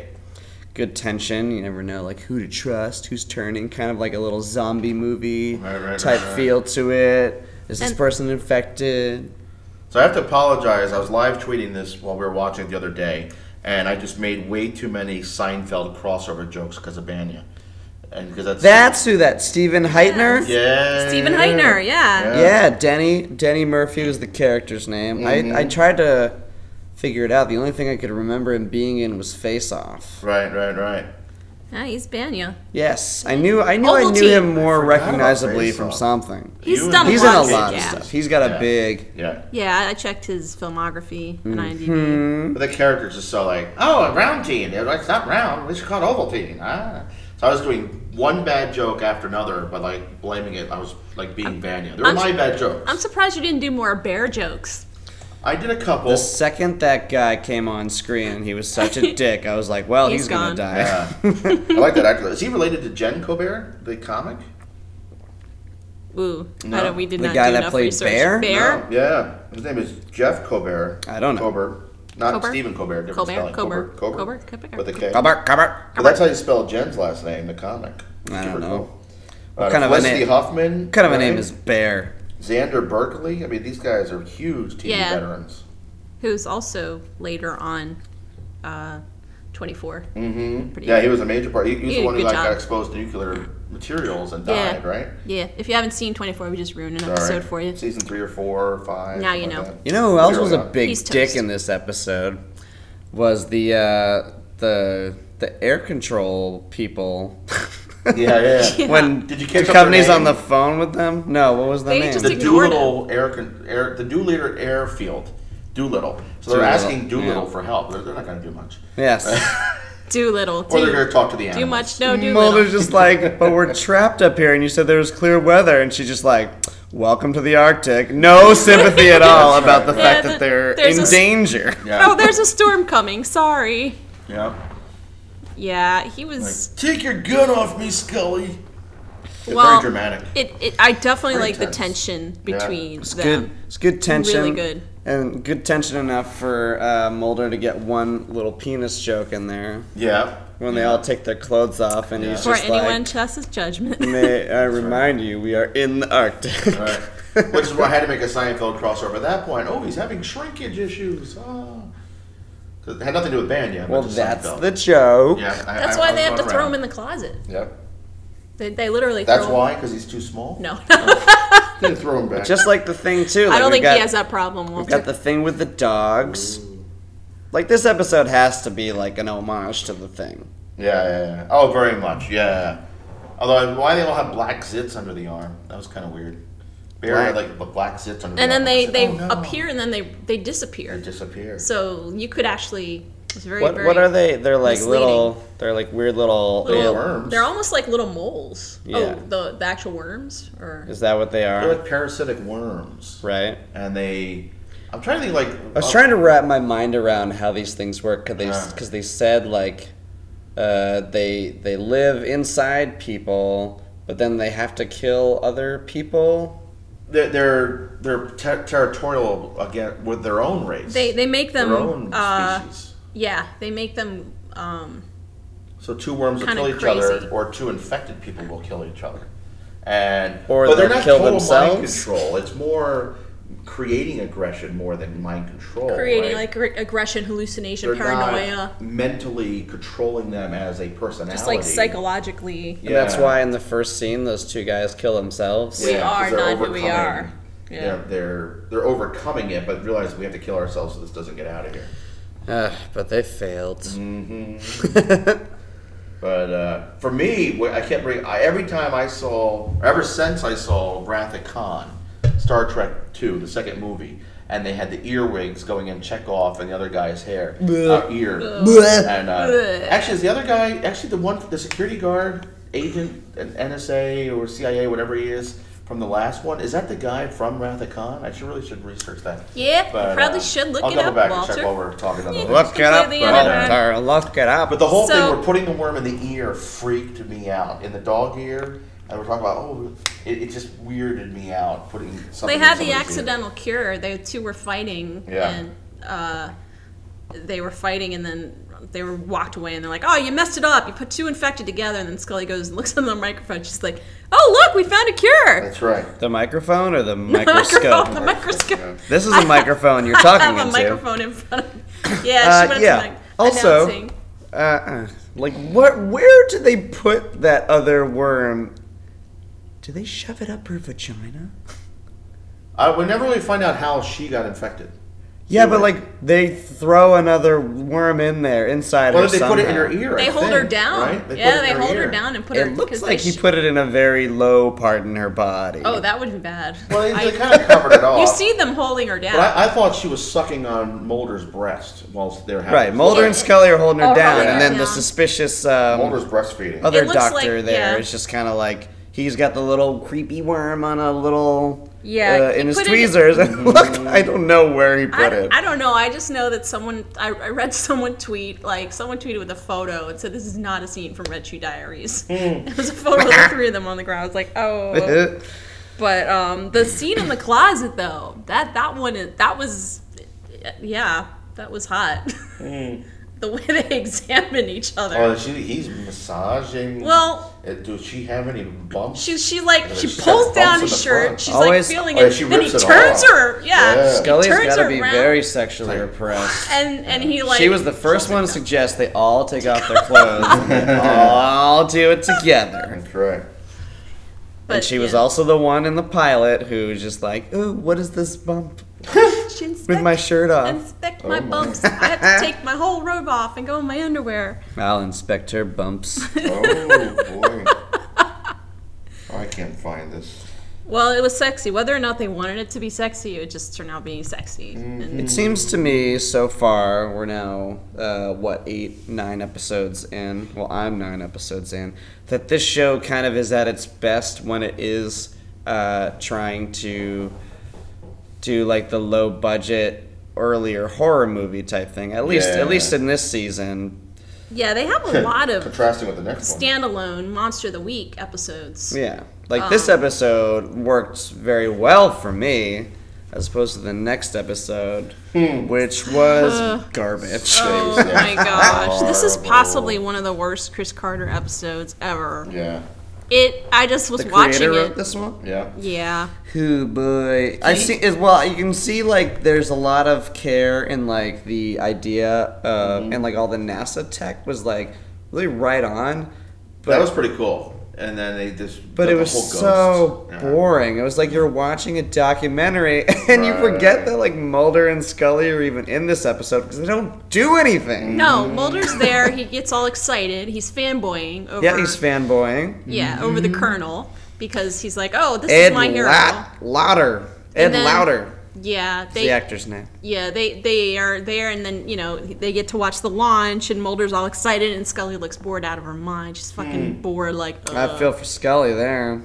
Speaker 3: Good tension. You never know like who to trust, who's turning. Kind of like a little zombie movie
Speaker 1: Right, right, right,
Speaker 3: type
Speaker 1: right.
Speaker 3: feel to it. Is this
Speaker 2: And-
Speaker 3: person infected?
Speaker 1: so I have to apologize. I was live tweeting this while we were watching it the other day, and I just made way too many Seinfeld crossover jokes because of Banya, and because that's
Speaker 3: That's who that Stephen Heitner.
Speaker 1: yeah
Speaker 2: Stephen Heitner. Yeah.
Speaker 3: Yeah, Denny Denny Murphy was the character's name. I,
Speaker 1: Mm-hmm.
Speaker 3: I tried to figure it out. The only thing I could remember him being in was Face Off.
Speaker 1: Right, right, right.
Speaker 2: Yeah, he's Banya.
Speaker 3: Yes, I knew. I knew. I
Speaker 2: Ovaltine.
Speaker 3: knew him more
Speaker 1: forgot about
Speaker 3: recognizably
Speaker 1: Face
Speaker 3: from
Speaker 1: Off.
Speaker 3: something.
Speaker 2: He's
Speaker 1: You and-
Speaker 2: done
Speaker 3: He's
Speaker 2: a
Speaker 3: in
Speaker 2: lot,
Speaker 3: a
Speaker 2: of
Speaker 3: lot
Speaker 2: yeah.
Speaker 3: of stuff. He's got
Speaker 1: Yeah.
Speaker 3: a big.
Speaker 1: Yeah.
Speaker 2: Yeah, I checked his filmography and
Speaker 3: Mm-hmm.
Speaker 2: IMDb.
Speaker 3: hmm.
Speaker 1: But the characters are so like, oh, a round team. They're like, it's not round. We should call it oval team. Ah. So I was doing one bad joke after another, but like blaming it. I was like being Banya. They were
Speaker 2: I'm-
Speaker 1: my bad jokes.
Speaker 2: I'm surprised you didn't do more bear jokes.
Speaker 1: I did a couple.
Speaker 3: The second that guy came on screen, he was such a dick. I was like, well,
Speaker 2: He's
Speaker 3: he's,
Speaker 2: gone.
Speaker 3: gonna die.
Speaker 1: Yeah. Uh, I like that actor. Is he related to Jen Colbert, the comic?
Speaker 2: Ooh, I
Speaker 1: No.
Speaker 2: don't, we did
Speaker 3: The
Speaker 2: not
Speaker 3: guy
Speaker 2: do
Speaker 3: that
Speaker 2: enough
Speaker 3: played
Speaker 2: research.
Speaker 3: Bear?
Speaker 1: No. Yeah. His name is Jeff Colbert.
Speaker 3: I don't know.
Speaker 1: Colbert. Not
Speaker 2: Colbert?
Speaker 1: Stephen Colbert. Different
Speaker 2: Colbert,
Speaker 1: spelling.
Speaker 2: Colbert,
Speaker 1: Colbert.
Speaker 2: Colbert, Colbert.
Speaker 1: With a K.
Speaker 3: Come on, come on.
Speaker 1: But that's how you spell Jen's last name, the comic.
Speaker 3: I don't know.
Speaker 1: What
Speaker 3: kind of a
Speaker 1: Uh, Leslie
Speaker 3: name-
Speaker 1: Hoffman.
Speaker 3: What kind of a
Speaker 1: right?
Speaker 3: name is Bear?
Speaker 1: Xander Berkeley. I mean, these guys are huge TV
Speaker 2: Yeah.
Speaker 1: veterans.
Speaker 2: Who's also later on uh, 24.
Speaker 3: Mm.
Speaker 2: Mm-hmm.
Speaker 1: Yeah, he was a major part. He, he was
Speaker 2: Yeah,
Speaker 1: the one who
Speaker 2: good
Speaker 1: like,
Speaker 2: job.
Speaker 1: got exposed to nuclear materials and
Speaker 2: Yeah.
Speaker 1: died, right?
Speaker 2: Yeah, if you haven't seen 24, we just ruined an
Speaker 1: Sorry.
Speaker 2: episode for you.
Speaker 1: Season three or four or five.
Speaker 2: Now you
Speaker 1: something
Speaker 2: know.
Speaker 1: like that.
Speaker 3: You know who else was a
Speaker 1: Clearly not.
Speaker 3: big
Speaker 2: He's
Speaker 3: dick
Speaker 2: toast.
Speaker 3: in this episode? Was the uh, the the air control people?
Speaker 1: Yeah, yeah. yeah.
Speaker 3: when
Speaker 1: Did
Speaker 3: did
Speaker 1: you
Speaker 3: you
Speaker 1: catch up their
Speaker 3: companies on
Speaker 1: name?
Speaker 3: the phone with them? No, what was the
Speaker 2: They
Speaker 3: name?
Speaker 2: just
Speaker 1: the
Speaker 2: ignored
Speaker 1: Doolittle air, con- air, the Doolittle airfield, Doolittle. So they're
Speaker 3: Doolittle,
Speaker 1: asking Doolittle
Speaker 3: yeah.
Speaker 1: for help. They're, they're not going to do much,
Speaker 3: yes.
Speaker 2: Do little.
Speaker 1: or they're going to
Speaker 2: Do,
Speaker 1: talk to the animals.
Speaker 2: do much, no, do
Speaker 3: Mulder's
Speaker 2: little.
Speaker 3: just like, but we're trapped up here, and you said there was clear weather, and she's just like, welcome to the Arctic. No sympathy at all
Speaker 1: That's
Speaker 3: about
Speaker 1: right.
Speaker 3: the
Speaker 2: Yeah,
Speaker 3: fact
Speaker 2: the-
Speaker 3: that they're
Speaker 2: there's
Speaker 3: in
Speaker 2: a s-
Speaker 3: danger.
Speaker 1: Yeah.
Speaker 2: Oh, there's a storm coming. Sorry.
Speaker 1: yeah.
Speaker 2: Yeah, he was.
Speaker 1: Take your gun off me, Scully. It's
Speaker 2: Well,
Speaker 1: very dramatic.
Speaker 2: It, it, I definitely
Speaker 1: Very
Speaker 2: like
Speaker 1: tense.
Speaker 2: the tension between
Speaker 3: It's
Speaker 2: them.
Speaker 3: good. It's good tension.
Speaker 2: good.
Speaker 3: And good tension enough for uh, Mulder to get one little penis joke in there
Speaker 1: yeah.
Speaker 3: when they all take their clothes off, and he's
Speaker 2: For
Speaker 3: just
Speaker 2: anyone
Speaker 3: like,
Speaker 2: to us is judgment.
Speaker 3: may I remind you, we are in the Arctic.
Speaker 1: All right. Which is why I had to make a Seinfeld crossover at that point. Oh, he's having shrinkage issues. Ah. 'Cause It had nothing to do with Banya.
Speaker 3: Well,
Speaker 1: but just
Speaker 3: that's
Speaker 1: Seinfeld.
Speaker 3: the joke.
Speaker 1: Yeah, I-
Speaker 2: That's
Speaker 1: I-
Speaker 2: why
Speaker 1: I
Speaker 2: they have
Speaker 1: was
Speaker 2: to
Speaker 1: going
Speaker 2: throw
Speaker 1: around.
Speaker 2: him in the closet.
Speaker 1: Yep.
Speaker 2: They, they literally
Speaker 1: That's
Speaker 2: throw him.
Speaker 1: why, because he's too small.
Speaker 2: No,
Speaker 1: They throw him back.
Speaker 3: Just like the thing too.
Speaker 2: I
Speaker 3: like,
Speaker 2: don't
Speaker 3: we've
Speaker 2: think
Speaker 3: got-
Speaker 2: he has that problem,
Speaker 3: We've
Speaker 2: Walter.
Speaker 3: got the thing with the dogs. Like this episode has to be like an homage to the thing.
Speaker 1: Yeah, yeah, yeah. Oh, very much. Yeah. Although, why they all have black zits under the arm? That was kind of weird. Bear had
Speaker 3: Black-
Speaker 1: like b- black zits under. the
Speaker 2: and
Speaker 1: arm.
Speaker 2: then
Speaker 1: I
Speaker 2: they,
Speaker 1: said,
Speaker 2: they
Speaker 1: "Oh, no."
Speaker 2: appear and then they, they
Speaker 1: They
Speaker 2: disappear.
Speaker 1: disappear.
Speaker 2: So you could actually. It's very,
Speaker 3: What
Speaker 2: very.
Speaker 3: what are they? They're like
Speaker 2: misleading.
Speaker 3: little. They're like weird little.
Speaker 2: Little-
Speaker 3: ill-
Speaker 1: worms.
Speaker 2: They're almost like little moles.
Speaker 3: Yeah.
Speaker 2: Oh, the, the actual worms? Or
Speaker 3: Is that what they
Speaker 1: They're
Speaker 3: are?
Speaker 1: like parasitic worms.
Speaker 3: Right.
Speaker 1: And they, I'm trying to think like.
Speaker 3: I was trying to wrap my mind around how these things work because they
Speaker 1: Yeah.
Speaker 3: because they said like uh, they they live inside people, but then they have to kill other people.
Speaker 1: They're they're, they're ter- territorial again with their own race.
Speaker 2: they, they make them
Speaker 1: their own
Speaker 2: uh,
Speaker 1: species.
Speaker 2: Yeah, they make them. Um,
Speaker 1: So two worms will
Speaker 2: Kinda
Speaker 1: kill each
Speaker 2: crazy.
Speaker 1: other, or two infected people will kill each other, and
Speaker 3: Or
Speaker 1: but they're
Speaker 3: they'll
Speaker 1: not
Speaker 3: kill
Speaker 1: total
Speaker 3: themselves?
Speaker 1: mind control. It's more creating aggression more than mind control.
Speaker 2: creating
Speaker 1: right?
Speaker 2: like re- aggression, hallucination,
Speaker 1: They're not
Speaker 2: paranoia.
Speaker 1: mentally controlling them as a personality.
Speaker 2: just like psychologically,
Speaker 1: Yeah.
Speaker 3: And that's why in the first scene, those two guys kill themselves.
Speaker 2: we
Speaker 1: Yeah, 'cause
Speaker 2: are
Speaker 1: they're
Speaker 2: not who we
Speaker 1: overcoming-
Speaker 2: are. Yeah.
Speaker 1: They're, they're they're overcoming it, but realize we have to kill ourselves so this doesn't get out of here.
Speaker 3: Ugh, but they failed.
Speaker 1: But uh, for me, wh- I kept re- I, every time I saw, or ever since I saw Wrath of Khan, Star Trek Two, the second movie, and they had the earwigs going in Chekhov and the other guy's hair, uh, ear, and uh,
Speaker 2: Blech.
Speaker 1: actually, is the other guy actually the one the security guard agent, an NSA or CIA, whatever he is from the last one? Is that the guy from Wrath of Khan? I should really should research that.
Speaker 2: Yeah, you probably
Speaker 1: uh,
Speaker 2: should look
Speaker 1: I'll
Speaker 2: it
Speaker 1: double
Speaker 2: up,
Speaker 1: back and
Speaker 2: Walter.
Speaker 1: check while we're talking on the
Speaker 2: Yeah.
Speaker 3: Look it up,
Speaker 2: Completely unaware.
Speaker 3: Walter. Look it up.
Speaker 1: but the whole
Speaker 2: So-
Speaker 1: thing, we're putting the worm in the ear, freaked me out. In the dog ear, and we're talking about, oh, it, it just weirded me out putting something.
Speaker 2: They had
Speaker 1: in
Speaker 2: the
Speaker 1: somebody's ear.
Speaker 2: accidental cure. They two were fighting,
Speaker 1: Yeah.
Speaker 2: and uh, they were fighting, and then they were walked away, and they're like, "Oh, you messed it up. You put two infected together." And then Scully goes and looks on the microphone. She's like, "Oh, look, we found a cure."
Speaker 1: That's right.
Speaker 3: The microphone or the
Speaker 2: Microphone, the
Speaker 3: microscope?
Speaker 2: microscope.
Speaker 3: this is a microphone you're talking
Speaker 2: I have
Speaker 3: into.
Speaker 2: a microphone in front of me. Yeah,
Speaker 3: Uh,
Speaker 2: she went
Speaker 3: yeah.
Speaker 2: to like,
Speaker 3: Also-
Speaker 2: announcing.
Speaker 3: Uh, uh,
Speaker 4: Uh-uh. Like what? Where do they put that other worm? Do they shove it up her vagina?
Speaker 1: I would never really find out how she got infected.
Speaker 4: Yeah,
Speaker 1: Do
Speaker 4: but
Speaker 1: it.
Speaker 4: like they throw another worm in there inside
Speaker 1: Well,
Speaker 4: her.
Speaker 1: they put it in her
Speaker 4: somehow.
Speaker 1: ear. I
Speaker 2: They hold her
Speaker 1: think,
Speaker 2: down.
Speaker 1: Right? put it
Speaker 2: yeah,
Speaker 1: in
Speaker 2: they hold her
Speaker 1: ear.
Speaker 2: down and put her.
Speaker 4: It looks
Speaker 2: 'cause
Speaker 4: like
Speaker 2: they
Speaker 4: he
Speaker 2: sh-
Speaker 4: put it in a very low part in her body.
Speaker 2: Oh, that would be bad.
Speaker 1: Well, they,
Speaker 2: I-
Speaker 1: they kind of covered it off.
Speaker 2: you see them holding her down.
Speaker 1: But I, I thought she was sucking on Mulder's breast whilst they're having
Speaker 4: right. Mulder and Scully are holding her
Speaker 2: Oh,
Speaker 4: down,
Speaker 2: holding
Speaker 4: and
Speaker 2: her
Speaker 4: then the
Speaker 2: down.
Speaker 4: suspicious um,
Speaker 1: Mulder's breastfeeding.
Speaker 4: other
Speaker 2: It looks like-
Speaker 4: doctor there is
Speaker 2: yeah.
Speaker 4: just kind of like he's got the little creepy worm on a little
Speaker 2: Yeah,
Speaker 4: uh,
Speaker 2: he
Speaker 4: in his
Speaker 2: put it-
Speaker 4: tweezers. And look, I don't know where he
Speaker 2: I,
Speaker 4: put
Speaker 2: don't-
Speaker 4: it.
Speaker 2: I don't know. I just know that someone, I, I read someone tweet, like, someone tweeted with a photo and said, This is not a scene from Red Shoe Diaries. it was a photo of the three of them on the ground. I was like, Oh. but um, the scene in the closet, though, that, that one, is, that was, yeah, that was hot. the way they examine each other.
Speaker 1: Oh, she, he's massaging.
Speaker 2: Well-
Speaker 1: Uh, does she have any bumps?
Speaker 2: She, she like
Speaker 1: Yeah,
Speaker 2: she
Speaker 1: she's got
Speaker 2: pulls down
Speaker 1: bumps in
Speaker 2: his
Speaker 1: the
Speaker 2: shirt.
Speaker 1: front.
Speaker 2: She's
Speaker 4: Always-
Speaker 2: like feeling
Speaker 1: oh, yeah,
Speaker 2: it.
Speaker 1: she
Speaker 2: then he
Speaker 1: rips it
Speaker 2: turns
Speaker 1: off.
Speaker 2: her. Yeah.
Speaker 1: Yeah.
Speaker 2: he
Speaker 3: Scully's
Speaker 2: turns
Speaker 3: got to
Speaker 2: her
Speaker 3: be
Speaker 2: around,
Speaker 3: very sexually repressed.
Speaker 2: And and he like
Speaker 3: she was the first one to suggest they all take off their clothes and they all do it together.
Speaker 1: That's right.
Speaker 2: but,
Speaker 3: and she was
Speaker 2: yeah.
Speaker 3: also the one in the pilot who was just like, ooh, what is this bump
Speaker 2: She
Speaker 3: with my shirt off?
Speaker 2: inspect my bumps. I have to take my whole robe off and go in my underwear.
Speaker 3: I'll inspect her bumps.
Speaker 1: Oh boy. Oh, I can't find this.
Speaker 2: Well, it was sexy. Whether or not they wanted it to be sexy, it just turned out being sexy. And
Speaker 3: It seems to me so far we're now uh, what eight nine episodes in. Well, I'm nine episodes in. That this show kind of is at its best when it is uh, trying to do like the low budget earlier horror movie type thing. At least
Speaker 1: Yeah.
Speaker 3: at least in this season.
Speaker 2: yeah, they have a lot of
Speaker 1: Contrasting with the next one.
Speaker 2: standalone Monster of the Week episodes.
Speaker 3: Yeah, like this
Speaker 2: Um.
Speaker 3: episode worked very well for me. As opposed to the next episode, which
Speaker 2: Uh.
Speaker 3: was garbage.
Speaker 2: Oh my gosh. This is possibly one of the worst Chris Carter episodes ever.
Speaker 1: Yeah.
Speaker 2: It I just was
Speaker 3: the creator
Speaker 2: watching
Speaker 3: wrote
Speaker 2: it.
Speaker 3: this Mm-hmm. one.
Speaker 1: Yeah.
Speaker 2: Yeah.
Speaker 3: Who boy? I see as well. You can see like there's a lot of care in like the idea uh,
Speaker 2: Mm-hmm.
Speaker 3: and like all the NASA tech was like really right on,
Speaker 1: that
Speaker 3: but
Speaker 1: was pretty cool. And then they just.
Speaker 3: but
Speaker 1: got
Speaker 3: it
Speaker 1: the
Speaker 3: was
Speaker 1: whole ghost.
Speaker 3: so
Speaker 1: Yeah.
Speaker 3: boring. It was like you're watching a documentary and you forget
Speaker 1: Right.
Speaker 3: that like Mulder and Scully are even in this episode because they don't do anything.
Speaker 2: No, Mulder's there. He gets all excited. He's fanboying over
Speaker 3: Yeah, he's fanboying.
Speaker 2: yeah, over the colonel because he's like, "Oh, this is
Speaker 3: Ed
Speaker 2: my hero."
Speaker 3: Lat- Lauder. Ed
Speaker 2: then-
Speaker 3: Lauder.
Speaker 2: Yeah,
Speaker 3: is The
Speaker 2: they
Speaker 3: actor's name.
Speaker 2: yeah they they are there, and then you know they get to watch the launch, and Mulder's all excited, and Scully looks bored out of her mind. She's fucking bored, like
Speaker 3: I
Speaker 2: Ugh.
Speaker 3: feel for Scully there.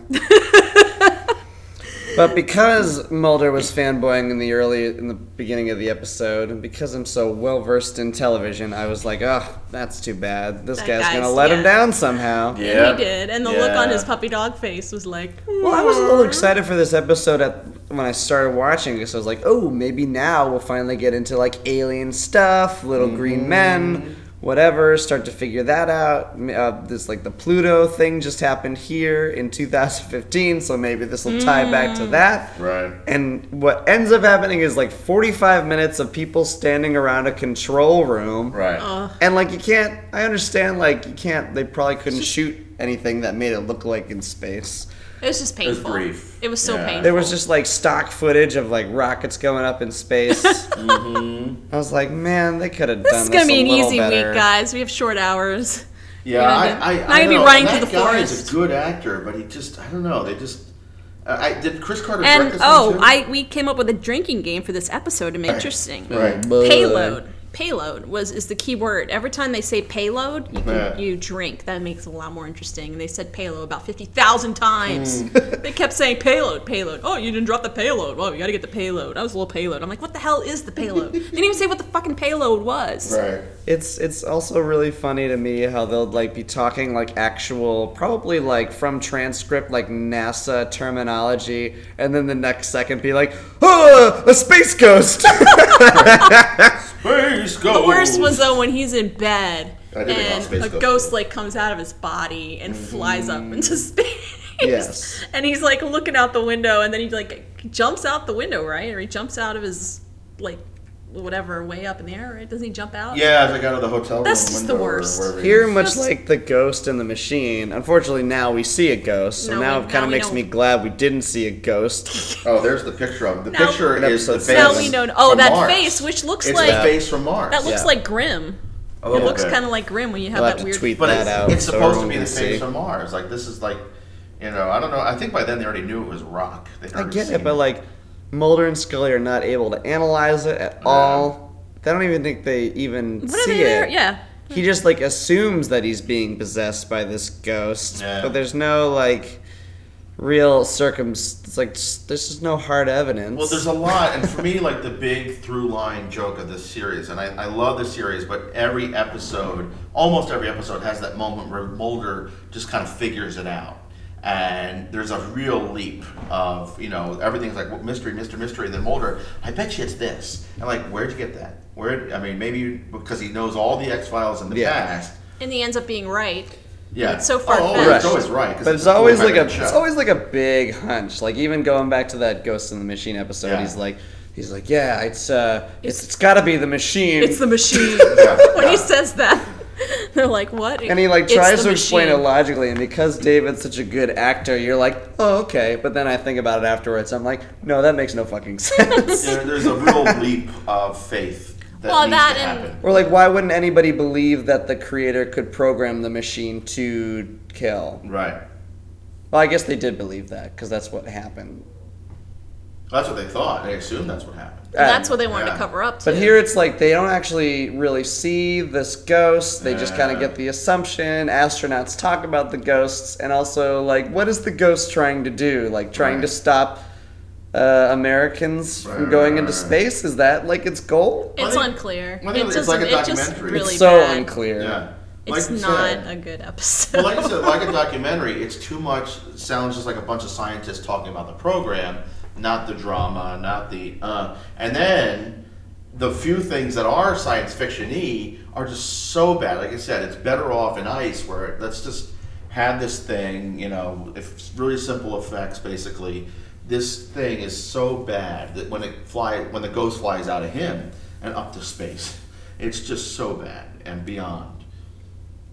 Speaker 3: but because Mulder was fanboying in the early in the beginning of the episode, and because I'm so well versed in television, I was like, oh, that's too bad. This
Speaker 2: That
Speaker 3: guy's, gonna
Speaker 2: guy's-
Speaker 3: let him
Speaker 2: yeah.
Speaker 3: down somehow.
Speaker 2: And he did, and the look on
Speaker 1: Yeah.
Speaker 2: his puppy dog face was like, "Hmm."
Speaker 3: Well, I was a little excited for this episode at when I started watching this, I was like, oh, maybe now we'll finally get into like alien stuff, little green men, whatever. Start to figure that out. M- Uh, this like the Pluto thing just happened here in 2015, so maybe this will tie back to that.
Speaker 1: Right.
Speaker 3: And what ends up happening is like 45 minutes of people standing around a control room.
Speaker 1: Right.
Speaker 3: And like you can't, I understand. Like you can't. They probably couldn't shoot anything that made it look like in space.
Speaker 2: It was just
Speaker 1: was
Speaker 2: painful.
Speaker 1: brief.
Speaker 2: It was so
Speaker 1: Yeah.
Speaker 2: painful.
Speaker 3: There was just like stock footage of like rockets going up in space. Mm-hmm. I was like, man, they could have done
Speaker 2: this is
Speaker 3: this
Speaker 2: gonna be
Speaker 3: a
Speaker 2: an
Speaker 3: little
Speaker 2: easy
Speaker 3: better.
Speaker 2: week, guys. We have short hours.
Speaker 1: Yeah,
Speaker 2: Not
Speaker 1: I, I,
Speaker 2: gonna
Speaker 1: I
Speaker 2: be
Speaker 1: know.
Speaker 2: running
Speaker 1: that
Speaker 2: through the
Speaker 1: guy is
Speaker 2: forest.
Speaker 1: a good actor, but he just I don't know. They just uh, I, I did Chris Carter direct
Speaker 2: And
Speaker 1: this one,
Speaker 2: oh,
Speaker 1: too?
Speaker 2: I we came up with a drinking game for this episode to make it interesting.
Speaker 1: right.
Speaker 2: Payload. Payload was is the key word. Every time they say payload, you, can,
Speaker 1: Yeah.
Speaker 2: you drink. That makes it a lot more interesting. And they said payload about fifty thousand times.
Speaker 1: Hmm.
Speaker 2: they kept saying payload, payload. Oh, you didn't drop the payload. Well, you got to get the payload. I was a little payload. I'm like, what the hell is the payload? they didn't even say what the fucking payload was.
Speaker 1: Right.
Speaker 3: It's it's also really funny to me how they'll like be talking like actual, probably like from transcript, like NASA terminology, and then the next second be like, oh, a space ghost.
Speaker 1: Space goes.
Speaker 3: Oh.
Speaker 2: The worst was uh, though when he's in bed
Speaker 1: I
Speaker 2: and
Speaker 1: did think about Space
Speaker 2: a
Speaker 1: Ghost.
Speaker 2: ghost like comes out of his body and flies up into space.
Speaker 3: Mm. Yes.
Speaker 2: And he's like looking out the window and then he like jumps out the window, right? Or he jumps out of his like whatever way up in the air, right? Doesn't he jump out?
Speaker 1: Yeah, as I got out of the hotel room.
Speaker 2: That's just the
Speaker 1: window or
Speaker 2: worst.
Speaker 1: wherever he
Speaker 3: Here,
Speaker 1: was.
Speaker 3: much like the ghost in the machine, unfortunately now we see a ghost, so
Speaker 2: No,
Speaker 3: now
Speaker 2: we-
Speaker 3: it kind
Speaker 2: now
Speaker 3: of
Speaker 2: we
Speaker 3: makes
Speaker 2: don't.
Speaker 3: me glad we didn't see a ghost.
Speaker 1: Oh, there's the picture of him. The
Speaker 2: Now-
Speaker 1: picture
Speaker 3: In
Speaker 1: is the
Speaker 3: episode
Speaker 1: face.
Speaker 3: seven.
Speaker 2: Now we know. Oh,
Speaker 1: from
Speaker 2: that
Speaker 1: Mars.
Speaker 2: face, which looks
Speaker 1: It's
Speaker 2: like
Speaker 1: the face from Mars.
Speaker 2: that looks
Speaker 3: yeah.
Speaker 2: like Grim.
Speaker 1: A
Speaker 2: It
Speaker 1: little
Speaker 2: looks
Speaker 1: bit.
Speaker 2: kind of like Grim when you have
Speaker 3: I'll
Speaker 2: that
Speaker 3: have to
Speaker 2: weird.
Speaker 3: tweet
Speaker 1: But
Speaker 3: that
Speaker 1: it's,
Speaker 3: out.
Speaker 1: it's
Speaker 3: so
Speaker 1: supposed to
Speaker 3: everyone
Speaker 1: be the
Speaker 3: can
Speaker 1: face
Speaker 3: see.
Speaker 1: from Mars. Like this is like, you know, I don't know. I think by then they already knew it was rock. They'd
Speaker 3: I
Speaker 1: already
Speaker 3: get
Speaker 1: seen
Speaker 3: it, but like Mulder and Scully are not able to analyze it at all. They don't even think they even
Speaker 2: What are
Speaker 3: see
Speaker 2: they there?
Speaker 3: it.
Speaker 2: Yeah.
Speaker 3: He just like assumes that he's being possessed by this ghost,
Speaker 1: Yeah.
Speaker 3: but there's no like real circum. It's like s- there's just no hard evidence.
Speaker 1: Well, there's a lot, and for me, like the big through line joke of this series, and I, I love this series, but every episode, almost every episode, has that moment where Mulder just kind of figures it out. And there's a real leap of, you know, everything's like well, mystery, mystery, mystery. And then Mulder, I bet you it's this. And like, where'd you get that? Where, I mean, maybe you- because he knows all the X Files in the
Speaker 3: Yeah.
Speaker 1: past.
Speaker 2: And he ends up being right.
Speaker 1: Yeah.
Speaker 2: It's so
Speaker 1: Oh,
Speaker 2: far-fetched.
Speaker 1: oh, it's always right. 'cause
Speaker 3: But it's
Speaker 1: a
Speaker 3: always like
Speaker 1: 45
Speaker 3: a
Speaker 1: minute show.
Speaker 3: it's always like a big hunch. Like even going back to that Ghost in the Machine episode,
Speaker 1: Yeah.
Speaker 3: he's like he's like, Yeah, it's uh it's it's gotta be the machine.
Speaker 2: It's the machine.
Speaker 1: Yeah,
Speaker 2: when
Speaker 1: yeah.
Speaker 2: he says that, they're like, "What?"
Speaker 3: and he like
Speaker 2: It's
Speaker 3: tries
Speaker 2: the
Speaker 3: to explain it
Speaker 2: machine.
Speaker 3: logically, and because David's such a good actor, you're like, oh okay. But then I think about it afterwards, I'm like, no, that makes no fucking sense.
Speaker 1: There- there's a real leap of faith that
Speaker 2: Well,
Speaker 1: needs
Speaker 2: that
Speaker 1: to
Speaker 2: and-
Speaker 1: happen.
Speaker 3: or like, why wouldn't anybody believe that the creator could program the machine to kill?
Speaker 1: Right.
Speaker 3: Well, I guess they did believe that because that's what happened.
Speaker 1: That's what they thought. They assumed that's what happened.
Speaker 2: And that's what they wanted
Speaker 1: Yeah.
Speaker 2: to cover up.
Speaker 3: But
Speaker 2: too.
Speaker 3: here it's like they don't actually really see this ghost. They just kind
Speaker 1: Uh.
Speaker 3: of get the assumption. Astronauts talk about the ghosts, and also like, what is the ghost trying to do? Like trying to
Speaker 1: Right.
Speaker 3: stop uh, Americans
Speaker 1: Right,
Speaker 3: from
Speaker 1: right,
Speaker 3: going
Speaker 1: right,
Speaker 3: into
Speaker 1: right.
Speaker 3: space? Is that like its goal?
Speaker 2: It's
Speaker 1: I think-
Speaker 2: unclear.
Speaker 1: I think
Speaker 2: it
Speaker 1: it's like a
Speaker 2: doesn't- it just
Speaker 1: documentary.
Speaker 2: really
Speaker 3: it's so
Speaker 2: bad.
Speaker 3: unclear.
Speaker 1: Yeah.
Speaker 2: It's
Speaker 1: you
Speaker 2: not
Speaker 1: said-
Speaker 2: a good episode.
Speaker 1: well, like I said, like a documentary, it's too much. Sounds just like a bunch of scientists talking about the program, not the drama, not the. Uh, and then the few things that are science fiction y are just so bad. Like I said, it's better off in ice where let's just have this thing, you know, if it's really simple effects basically. This thing is so bad that when it fly, when the ghost flies out of him and up to space, it's just so bad and beyond.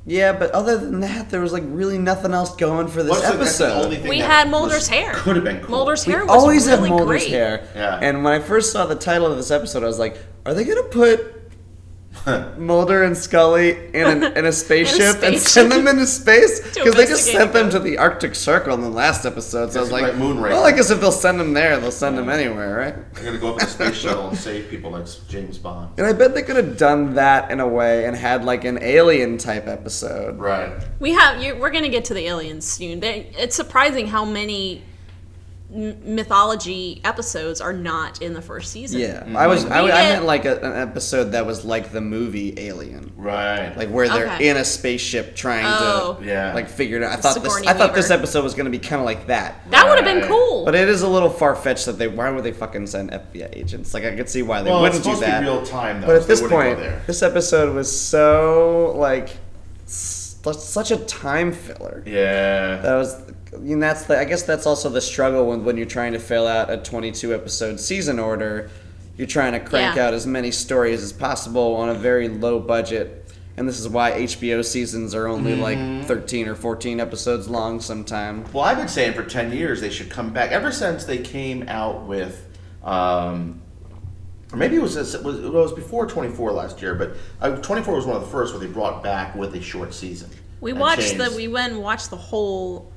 Speaker 3: Yeah, but other than that, there was like really nothing else going for this
Speaker 1: What's the- that's the
Speaker 3: episode.
Speaker 1: only thing
Speaker 2: we
Speaker 1: that
Speaker 2: had
Speaker 1: was-
Speaker 2: Mulder's hair.
Speaker 1: Could have been cool.
Speaker 2: Mulder's
Speaker 3: we
Speaker 2: hair was
Speaker 3: always
Speaker 2: really
Speaker 3: have Mulder's
Speaker 2: great.
Speaker 3: hair.
Speaker 1: Yeah.
Speaker 3: And when I first saw the title of this episode, I was like, are they gonna put Mulder and Scully in, an, in a spaceship and send them into space
Speaker 2: To
Speaker 3: because they just
Speaker 2: investigate
Speaker 3: sent them
Speaker 2: them.
Speaker 3: to the Arctic Circle in the last episode. So I
Speaker 1: It's
Speaker 3: was like,
Speaker 1: like Moonraker.
Speaker 3: well, I guess if they'll send them there, they'll send them anywhere, right?
Speaker 1: They're gonna go up in a space shuttle and save people like James Bond.
Speaker 3: And I bet they could have done that in a way and had like an alien type episode.
Speaker 1: Right.
Speaker 2: We have. you we're gonna get to the aliens soon. They, it's surprising how many m- mythology episodes are not in the first season.
Speaker 3: Yeah,
Speaker 1: Mm-hmm.
Speaker 3: I was. I,
Speaker 2: We
Speaker 3: I
Speaker 2: did-
Speaker 3: meant like a, an episode that was like the movie Alien,
Speaker 1: Right.
Speaker 3: like where they're
Speaker 2: Okay.
Speaker 3: in a spaceship trying
Speaker 2: Oh.
Speaker 3: to,
Speaker 1: Yeah.
Speaker 3: like figure it out. I thought
Speaker 2: Sigourney
Speaker 3: this. I thought this
Speaker 2: Weaver.
Speaker 3: episode was going to be kind of like that.
Speaker 2: That would have been
Speaker 1: Right.
Speaker 2: cool.
Speaker 3: But it is a little far fetched that they. Why would they fucking send FBI agents? Like I could see why they
Speaker 1: well, it's
Speaker 3: wouldn't do
Speaker 1: supposed
Speaker 3: that.
Speaker 1: to be real time though.
Speaker 3: but
Speaker 1: so they
Speaker 3: at this
Speaker 1: wouldn't go
Speaker 3: point,
Speaker 1: there.
Speaker 3: this episode was so like s- such a time filler.
Speaker 1: yeah.
Speaker 3: That was, I mean, that's the. I guess that's also the struggle when when you're trying to fill out a 22 episode season order. You're trying to crank
Speaker 2: Yeah.
Speaker 3: out as many stories as possible on a very low budget, and this is why HBO seasons are only
Speaker 2: Mm-hmm.
Speaker 3: like 13 or 14 episodes long sometimes.
Speaker 1: Well, I've been saying for ten years they should come back. Ever since they came out with, um, or maybe it was it was, it was before Twenty Four last year, but uh, Twenty Four was one of the first where they brought back with a short season.
Speaker 2: we
Speaker 1: and
Speaker 2: watched the
Speaker 1: changed.
Speaker 2: we went and watched the whole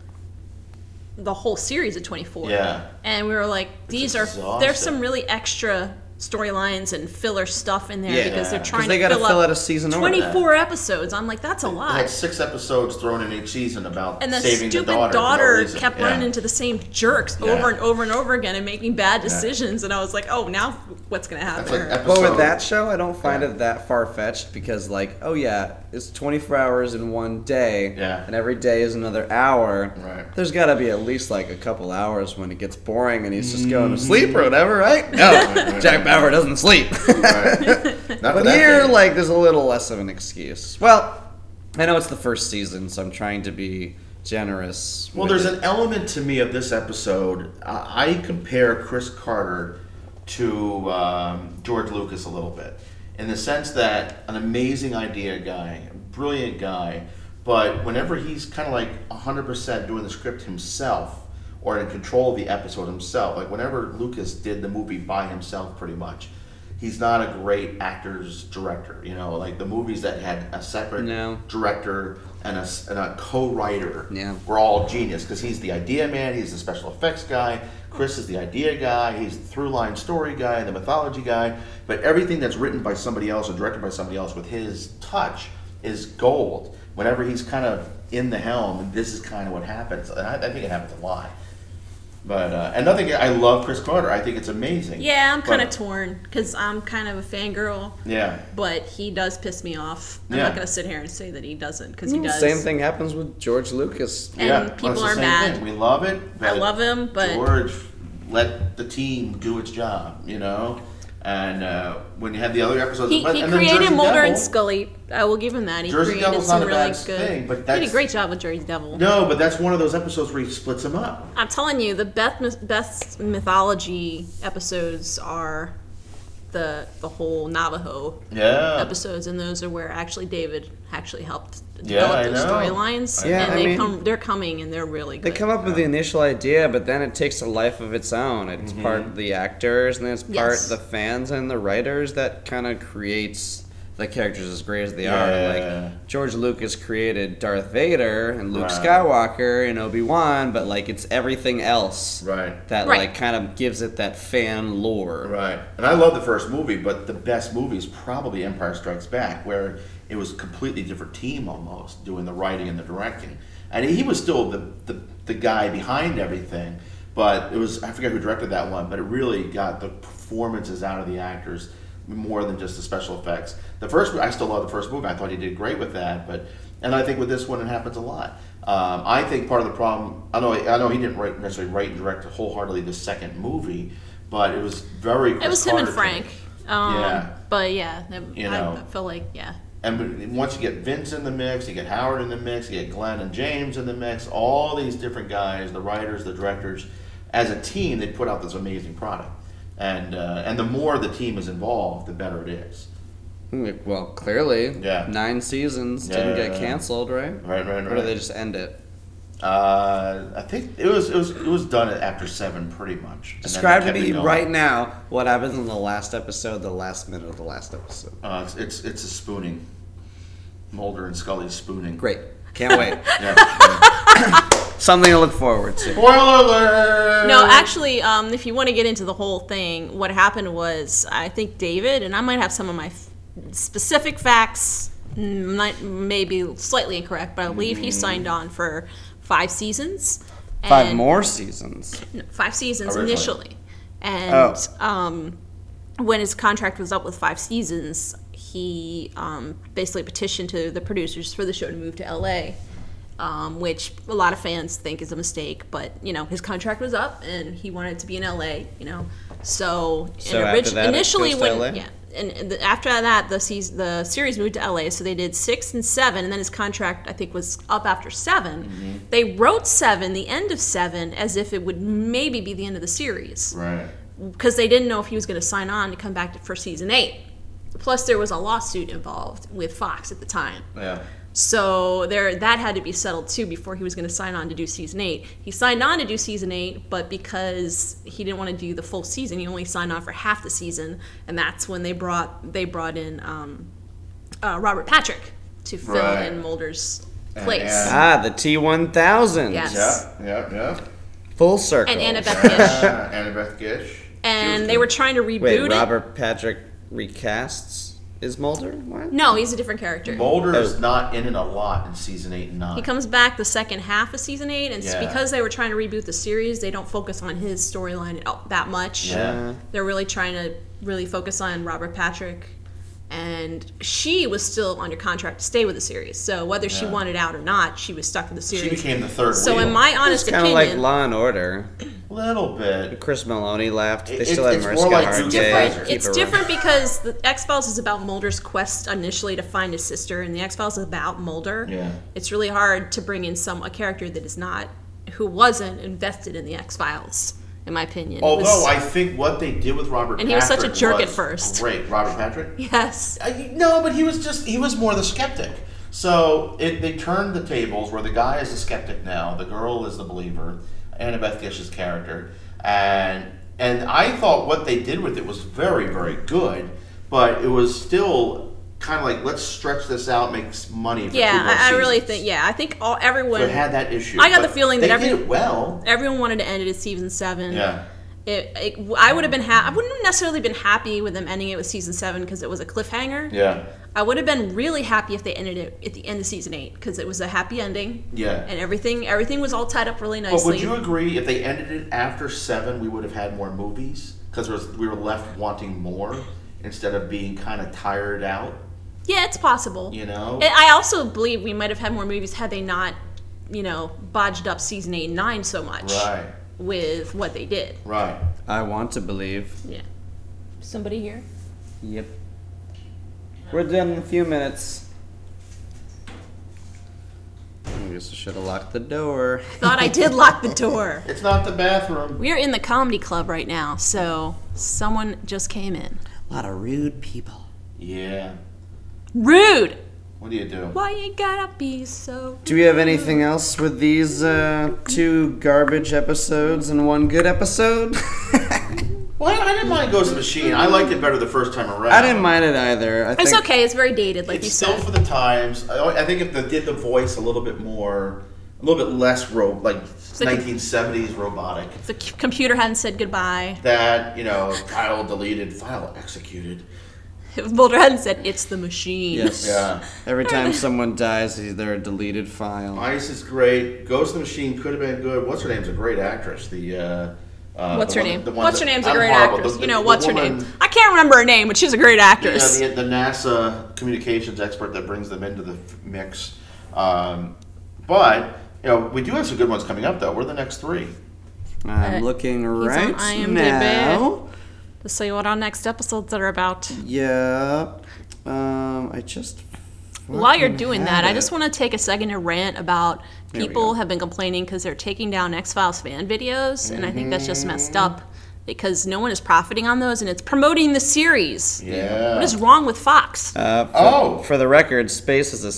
Speaker 2: the whole series of 24.
Speaker 1: Yeah.
Speaker 2: And we were like these are
Speaker 1: exhausting.
Speaker 2: there's some really extra storylines and filler stuff in there
Speaker 3: Yeah.
Speaker 2: because they're
Speaker 1: 'Cause
Speaker 2: trying
Speaker 3: they
Speaker 2: to
Speaker 3: gotta
Speaker 2: fill,
Speaker 3: fill
Speaker 2: up
Speaker 3: out a season order.
Speaker 2: 24 episodes. I'm like that's a
Speaker 1: They
Speaker 2: lot.
Speaker 1: had six episodes thrown in each season about
Speaker 2: and the
Speaker 1: saving
Speaker 2: stupid
Speaker 1: the daughter.
Speaker 2: daughter,
Speaker 1: for no reason.
Speaker 2: kept
Speaker 1: Yeah.
Speaker 2: running into the same jerks
Speaker 1: Yeah.
Speaker 2: over and over and over again and making bad decisions and i was like oh now what's gonna
Speaker 1: That's
Speaker 2: happen
Speaker 1: like
Speaker 2: Or-
Speaker 1: episode.
Speaker 3: But Oh, with that show, I don't find
Speaker 1: Yeah.
Speaker 3: it that far fetched because, like, oh yeah, it's 24 hours in one day,
Speaker 1: Yeah.
Speaker 3: and every day is another hour.
Speaker 1: Right.
Speaker 3: There's got to be at least like a couple hours when it gets boring and he's just going to sleep
Speaker 1: Mm.
Speaker 3: or whatever, right? No, Jack Bauer doesn't sleep.
Speaker 1: Right. Not for
Speaker 3: but
Speaker 1: that
Speaker 3: here,
Speaker 1: thing.
Speaker 3: like, there's a little less of an excuse. Well, I know it's the first season, so I'm trying to be generous.
Speaker 1: Well,
Speaker 3: with
Speaker 1: there's
Speaker 3: it.
Speaker 1: an element to me of this episode. I I compare Chris Carter to um, George Lucas a little bit, in the sense that an amazing idea guy, a brilliant guy, but whenever he's kind of like 100% doing the script himself or in control of the episode himself, like whenever Lucas did the movie by himself, pretty much. He's not a great actor's director, you know. Like the movies that had a separate
Speaker 3: No.
Speaker 1: director and a, s- and a co-writer
Speaker 3: Yeah.
Speaker 1: we're all genius because he's the idea man, he's the special effects guy, Chris is the idea guy, he's the through line story guy, the mythology guy. But everything that's written by somebody else or directed by somebody else with his touch is gold. Whenever he's kind of in the helm, this is kind of what happens. And I, I think it happens a lot. But uh, another guy, I love Chris Carter. I think it's amazing.
Speaker 2: yeah i'm kind of
Speaker 1: But-
Speaker 2: torn because i'm kind of a fangirl
Speaker 1: yeah.
Speaker 2: but he does piss me off i'm
Speaker 1: Yeah.
Speaker 2: not gonna sit here and say that he doesn't because he does
Speaker 3: Mm. same thing happens with George Lucas.
Speaker 2: and
Speaker 1: yeah. well, it's
Speaker 2: people
Speaker 1: the
Speaker 2: are
Speaker 1: same
Speaker 2: mad
Speaker 1: thing. We love it.
Speaker 2: i
Speaker 1: but-
Speaker 2: love him but
Speaker 1: George let the team do its job, you know. And uh, when you had the other episodes,
Speaker 2: he,
Speaker 1: but-
Speaker 2: he
Speaker 1: and then
Speaker 2: created
Speaker 1: Jersey
Speaker 2: mulder
Speaker 1: Devil-
Speaker 2: and scully i will give him that he
Speaker 1: Jersey
Speaker 2: created
Speaker 1: Devil's
Speaker 2: some
Speaker 1: not a
Speaker 2: really
Speaker 1: bad
Speaker 2: good
Speaker 1: thing, but
Speaker 2: he did
Speaker 1: that's-
Speaker 2: a great job with jersey devil
Speaker 1: No, but that's one of those episodes where he splits them up.
Speaker 2: I'm telling you, the best best mythology episodes are the the whole Navajo
Speaker 1: Yeah.
Speaker 2: episodes, and those are where actually David actually helped
Speaker 1: Yeah, I
Speaker 2: develop those
Speaker 1: know.
Speaker 2: storylines.
Speaker 3: Yeah,
Speaker 2: and
Speaker 3: I
Speaker 2: they
Speaker 3: mean-
Speaker 2: come, they're coming, and they're really
Speaker 3: They
Speaker 2: good.
Speaker 3: come up with the
Speaker 1: um,
Speaker 3: initial idea, but then it takes a life of its own. It's
Speaker 1: Mm-hmm.
Speaker 3: part the actors, and then it's part
Speaker 2: Yes.
Speaker 3: the fans and the writers that kind of creates the characters as great as they are.
Speaker 1: Yeah.
Speaker 3: Like George Lucas created Darth Vader and Luke
Speaker 1: Right.
Speaker 3: Skywalker and Obi Wan, but like it's everything else
Speaker 1: Right.
Speaker 3: that
Speaker 2: Right.
Speaker 3: like kind of gives it that fan lore.
Speaker 1: Right. And I love the first movie, but the best movie is probably Empire Strikes Back, where it was a completely different team almost doing the writing and the directing. And he was still the, the, the guy behind everything, but it was, I forget who directed that one, but it really got the performances out of the actors more than just the special effects. The first, I still love the first movie. I thought he did great with that, but, and I think with this one, it happens a lot. Um, I think part of the problem, I know, I know he didn't write, necessarily write and direct wholeheartedly the second movie, but it was very
Speaker 2: it was him and
Speaker 1: Carter
Speaker 2: Frank.
Speaker 1: thing.
Speaker 2: Um,
Speaker 1: Yeah.
Speaker 2: But yeah, that-
Speaker 1: You
Speaker 2: I
Speaker 1: know.
Speaker 2: feel like yeah.
Speaker 1: And when- once you get Vince in the mix, you get Howard in the mix, you get Glenn and James in the mix, all these different guys, the writers, the directors, as a team, they put out this amazing product. And uh, and the more the team is involved, the better it is.
Speaker 3: Like, Well, clearly,
Speaker 1: Yeah.
Speaker 3: nine seasons
Speaker 1: Yeah,
Speaker 3: didn't
Speaker 1: yeah,
Speaker 3: get
Speaker 1: yeah.
Speaker 3: canceled, right?
Speaker 1: Right, right,
Speaker 3: Or did they
Speaker 1: right.
Speaker 3: just end it?
Speaker 1: Uh, I think it was it was it was done after seven, pretty much. And then they
Speaker 3: Describe to
Speaker 1: kept it
Speaker 3: me
Speaker 1: going.
Speaker 3: right now what happens in the last episode, the last minute of the last episode.
Speaker 1: Uh, it's, it's it's a spooning. Mulder and Scully spooning.
Speaker 3: Great. Can't wait.
Speaker 1: Yeah, yeah.
Speaker 3: Something to look forward to.
Speaker 1: Spoiler alert!
Speaker 2: No, actually, um, if you want to get into the whole thing, what happened was I think David and I might have some of my f- specific facts, m-
Speaker 1: Mm-hmm.
Speaker 2: might maybe slightly incorrect, but I believe he signed on for five seasons,
Speaker 3: Five
Speaker 2: and-
Speaker 3: more seasons.
Speaker 2: no, five seasons
Speaker 1: Originally.
Speaker 2: initially, and um, when his contract was up with five seasons, he um, basically petitioned to the producers for the show to move to L.A., um, which a lot of fans think is a mistake. But you know, his contract was up, and he wanted to be in L.A. You know, so,
Speaker 3: So
Speaker 2: and
Speaker 3: after
Speaker 2: orig-
Speaker 3: that, it
Speaker 2: initially
Speaker 3: goes to
Speaker 2: when
Speaker 3: LA?
Speaker 2: yeah. And and the, after that, the seas the series moved to LA, so they did six and seven, and then his contract I think was up after 7 They wrote seven, the end of seven, as if it would maybe be the end of the series
Speaker 1: Right.
Speaker 2: because they didn't know if he was going to sign on to come back to, for season eight. Plus, there was a lawsuit involved with Fox at the time,
Speaker 1: Yeah.
Speaker 2: so there that had to be settled too before he was going to sign on to do season eight. He signed on to do season eight, but because he didn't want to do the full season, he only signed on for half the season, and that's when they brought they brought in um, uh, Robert Patrick to fill
Speaker 1: Right.
Speaker 2: in Mulder's place.
Speaker 1: yeah.
Speaker 3: Ah, the T1000.
Speaker 2: Yes.
Speaker 1: Yeah. Yeah. Yeah.
Speaker 3: Full circle.
Speaker 2: And Annabeth Gish.
Speaker 1: Uh, Annabeth Gish. She was
Speaker 2: And they were trying to reboot
Speaker 3: Wait,
Speaker 2: it.
Speaker 3: Robert Patrick recasts is Mulder? What?
Speaker 2: No, he's a different character.
Speaker 1: Mulder
Speaker 3: Oh.
Speaker 1: is not in it a lot in season eight and nine.
Speaker 2: He comes back the second half of season eight, and it's
Speaker 1: Yeah.
Speaker 2: because they were trying to reboot the series, they don't focus on his storyline at all- that much.
Speaker 3: Uh,
Speaker 1: Yeah.
Speaker 2: They're really trying to really focus on Robert Patrick, and she was still under contract to stay with the series. So whether she
Speaker 1: Yeah.
Speaker 2: wanted out or not, she was stuck with the
Speaker 1: She
Speaker 2: series.
Speaker 1: became the third.
Speaker 2: so
Speaker 1: wheel.
Speaker 2: in my honest
Speaker 3: It's kind of like
Speaker 2: opinion,
Speaker 3: Law and Order.
Speaker 1: little bit.
Speaker 3: Chris Maloney left. They
Speaker 1: It-
Speaker 3: still
Speaker 1: it's-
Speaker 3: have
Speaker 1: it's more
Speaker 3: Mariska
Speaker 1: like
Speaker 3: Hargitay.
Speaker 1: Supervisor.
Speaker 3: Keep
Speaker 2: it's
Speaker 3: it
Speaker 2: different because the X Files is about Mulder's quest initially to find his sister, and the X Files is about Mulder.
Speaker 1: Yeah.
Speaker 2: It's really hard to bring in some a character that is not who wasn't invested in the X Files, in my opinion. It was-
Speaker 1: Although I think what they did with Robert
Speaker 2: And he was such a
Speaker 1: Patrick
Speaker 2: jerk at
Speaker 1: was
Speaker 2: first.
Speaker 1: Great, Robert Patrick.
Speaker 2: yes,
Speaker 1: I, no, but he was just he was more the skeptic. So it, they turned the tables where the guy is the skeptic now, the girl is the believer, Annabeth Gish's character, and and I thought what they did with it was very very good, but it was still kind of like let's stretch this out, make s- money. For two
Speaker 2: yeah,
Speaker 1: more
Speaker 2: I, I really
Speaker 1: seasons.
Speaker 2: think yeah, I think all everyone
Speaker 1: So it had that issue.
Speaker 2: I got
Speaker 1: but
Speaker 2: the feeling
Speaker 1: they
Speaker 2: that
Speaker 1: did
Speaker 2: every-
Speaker 1: it well.
Speaker 2: everyone wanted to end it at season seven.
Speaker 1: Yeah.
Speaker 2: It, it, I would have been ha- I wouldn't have necessarily been happy with them ending it with season seven because it was a cliffhanger.
Speaker 1: Yeah.
Speaker 2: I would have been really happy if they ended it at the end of season eight because it was a happy ending.
Speaker 1: Yeah.
Speaker 2: and everything everything was all tied up really
Speaker 1: But would
Speaker 2: nicely.
Speaker 1: you agree if they ended it after seven, we would have had more movies because we were left wanting more instead of being kind of tired out,
Speaker 2: yeah, it's possible.
Speaker 1: you know?
Speaker 2: And I also believe we might have had more movies had they not, you know, bodged up season eight and nine so much
Speaker 1: Right,
Speaker 2: with what they did.
Speaker 1: right.
Speaker 3: around. I want to believe.
Speaker 2: Yeah. Somebody here?
Speaker 3: Yep. We're done in a few minutes. I guess I should have locked the door.
Speaker 2: Thought I did lock the door.
Speaker 1: It's not the bathroom.
Speaker 2: We are in the comedy club right now, so someone just came in.
Speaker 3: A lot of rude people.
Speaker 1: Yeah.
Speaker 2: Rude!
Speaker 1: What do you do?
Speaker 2: Why you gotta be so
Speaker 3: Do we have anything else with these uh, two garbage episodes and one good episode?
Speaker 1: Well, I didn't mind Ghost in the Machine. I liked it better the first time around.
Speaker 3: I didn't mind it either. I
Speaker 2: It's
Speaker 3: think
Speaker 2: okay, it's very dated, like you
Speaker 1: It's still
Speaker 2: said.
Speaker 1: for the times. I I think if they did the voice a little bit more, a little bit less ro like
Speaker 2: like a-
Speaker 1: 1970s robotic,
Speaker 2: the c- computer hadn't said goodbye.
Speaker 1: that, you know, file deleted, file executed.
Speaker 2: Boulder hadn't said, it's the machine.
Speaker 3: Yes.
Speaker 1: Yeah.
Speaker 3: Every time someone dies, they're a deleted file.
Speaker 1: Ice is great. Ghost in the Machine could have been good. What's her name's a great actress. The uh, uh,
Speaker 2: What's
Speaker 1: the
Speaker 2: her
Speaker 1: one-
Speaker 2: name?
Speaker 1: the one
Speaker 2: What's
Speaker 1: that-
Speaker 2: her name's a
Speaker 1: I'm
Speaker 2: great
Speaker 1: horrible.
Speaker 2: actress.
Speaker 1: The-
Speaker 2: you
Speaker 1: the-
Speaker 2: know,
Speaker 1: the
Speaker 2: what's her
Speaker 1: woman-
Speaker 2: name? I can't remember her name, but she's a great actress.
Speaker 1: Yeah, the, the NASA communications expert that brings them into the f- mix. Um, but you know, we do have some good ones coming up though. We're the next three.
Speaker 3: I'm looking right
Speaker 2: IMDb.
Speaker 3: now.
Speaker 2: Let's see what our next episodes are about.
Speaker 3: Yep. Um, I just.
Speaker 2: While you're doing
Speaker 3: had
Speaker 2: that, I
Speaker 3: it.
Speaker 2: just want to take a second to rant about
Speaker 3: we
Speaker 2: people
Speaker 3: go.
Speaker 2: have been complaining because they're taking down X Files fan videos, and I think that's just messed up
Speaker 1: Mm-hmm.
Speaker 2: because no one is profiting on those, and it's promoting the series.
Speaker 1: Yeah.
Speaker 2: What is wrong with Fox?
Speaker 3: Uh, for,
Speaker 1: Oh.
Speaker 3: For the record, Space is a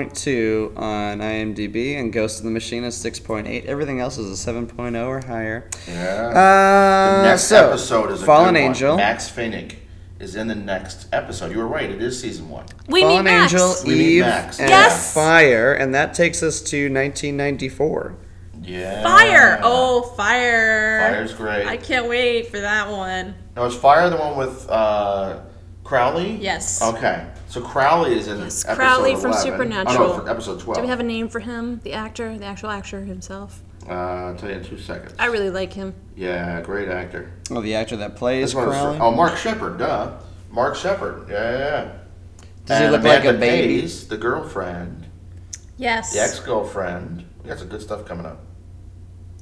Speaker 3: 6.2 on IMDb, and Ghost in the Machine is 6.8. Everything else is a 7.0 or higher.
Speaker 1: yeah.
Speaker 3: Uh,
Speaker 1: next
Speaker 3: so,
Speaker 1: episode is a
Speaker 3: Fallen
Speaker 1: good one.
Speaker 3: Angel.
Speaker 1: Max Finnick is in the next episode. You were right. It is season one.
Speaker 2: we need
Speaker 3: Fallen
Speaker 2: Max.
Speaker 3: Angel,
Speaker 1: We need
Speaker 3: Eve,
Speaker 1: Max.
Speaker 3: and
Speaker 2: Yes!
Speaker 3: Fire, and that takes us to 1994.
Speaker 1: Yeah.
Speaker 2: Fire! Oh, fire!
Speaker 1: Fire's great.
Speaker 2: I can't wait for that one.
Speaker 1: Now is Fire the one with uh, Crowley?
Speaker 2: Yes.
Speaker 1: Okay. So Crowley is in
Speaker 2: Yes,
Speaker 1: episode
Speaker 2: Crowley from
Speaker 1: 11.
Speaker 2: Supernatural.
Speaker 1: Oh, no, for episode twelve.
Speaker 2: Do we have a name for him? The actor, the actual actor himself?
Speaker 1: Uh, I'll tell you in two seconds.
Speaker 2: I really like him.
Speaker 1: Yeah, great actor.
Speaker 3: Oh, the actor that plays
Speaker 1: This one is-
Speaker 3: Crowley.
Speaker 1: oh, Mark Shepard, duh. Mark Shepard, yeah, yeah, yeah.
Speaker 3: Does he
Speaker 1: And
Speaker 3: look like a
Speaker 1: Amanda
Speaker 3: baby?
Speaker 1: Pays, the girlfriend,
Speaker 2: Yes.
Speaker 1: the ex girlfriend. We got some good stuff coming up.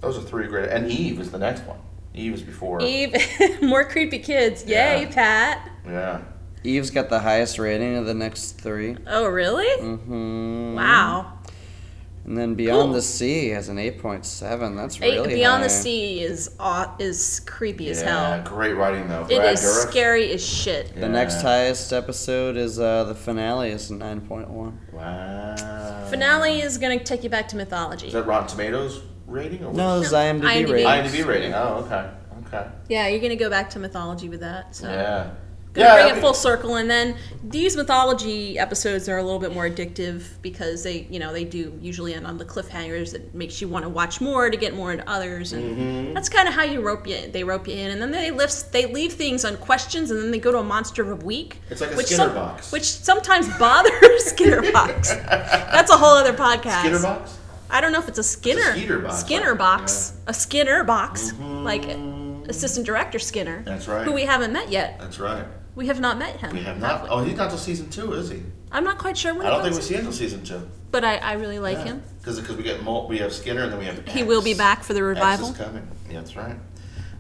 Speaker 1: Those are three great. And Eve is the next one. Eve is before.
Speaker 2: Eve, more creepy kids. Yay,
Speaker 1: Yeah.
Speaker 2: Pat.
Speaker 1: Yeah.
Speaker 3: Eve's got the highest rating of the next three.
Speaker 2: Oh, really?
Speaker 3: Mm-hmm.
Speaker 2: Wow.
Speaker 3: And then Beyond
Speaker 2: Cool.
Speaker 3: the Sea has an 8.7. That's
Speaker 2: Eight-
Speaker 3: really
Speaker 2: Beyond
Speaker 3: high.
Speaker 2: the Sea is aw- is creepy as
Speaker 1: yeah.
Speaker 2: hell.
Speaker 1: Great writing though.
Speaker 2: It
Speaker 1: Brad
Speaker 2: is
Speaker 1: Dourif.
Speaker 2: scary as shit.
Speaker 3: The next
Speaker 1: Yeah.
Speaker 3: highest episode is uh, the finale is 9.1.
Speaker 1: Wow.
Speaker 2: Finale is gonna take you back to mythology.
Speaker 1: Is that Rotten Tomatoes rating or
Speaker 3: No,
Speaker 1: what?
Speaker 3: this is IMDb,
Speaker 2: IMDb.
Speaker 3: rating.
Speaker 1: IMDb rating. Oh, okay. Okay.
Speaker 2: Yeah, you're gonna go back to mythology with that. So.
Speaker 1: Yeah.
Speaker 2: Gonna
Speaker 1: yeah.
Speaker 2: bring
Speaker 1: okay.
Speaker 2: it full circle, and then these mythology episodes are a little bit more addictive because they, you know, they do usually end on the cliffhangers that makes you want to watch more to get more into others, and
Speaker 1: Mm-hmm.
Speaker 2: that's kind of how you rope you. They rope you in, and then they lift, they leave things on questions, and then they go to a monster of a week.
Speaker 1: It's like a
Speaker 2: which
Speaker 1: Skinner box.
Speaker 2: which sometimes bothers Skinner box. That's a whole other podcast.
Speaker 1: Skinner box.
Speaker 2: I don't know if it's a Skinner.
Speaker 1: Skeeter box,
Speaker 2: Skinner
Speaker 1: right?
Speaker 2: box. A Skinner box, like assistant director Skinner.
Speaker 1: That's right.
Speaker 2: Who we haven't met yet.
Speaker 1: That's right.
Speaker 2: We have not met him.
Speaker 1: We have not. Oh, he's not till season two, is he?
Speaker 2: I'm not quite sure when
Speaker 1: I
Speaker 2: he
Speaker 1: don't think we
Speaker 2: comes,
Speaker 1: see him till season two.
Speaker 2: but I, I really like him.
Speaker 1: Because we get Mol- we have Skinner and then we have.
Speaker 2: He
Speaker 1: X.
Speaker 2: will be back for the
Speaker 1: X
Speaker 2: revival.
Speaker 1: is coming. Yeah, that's right.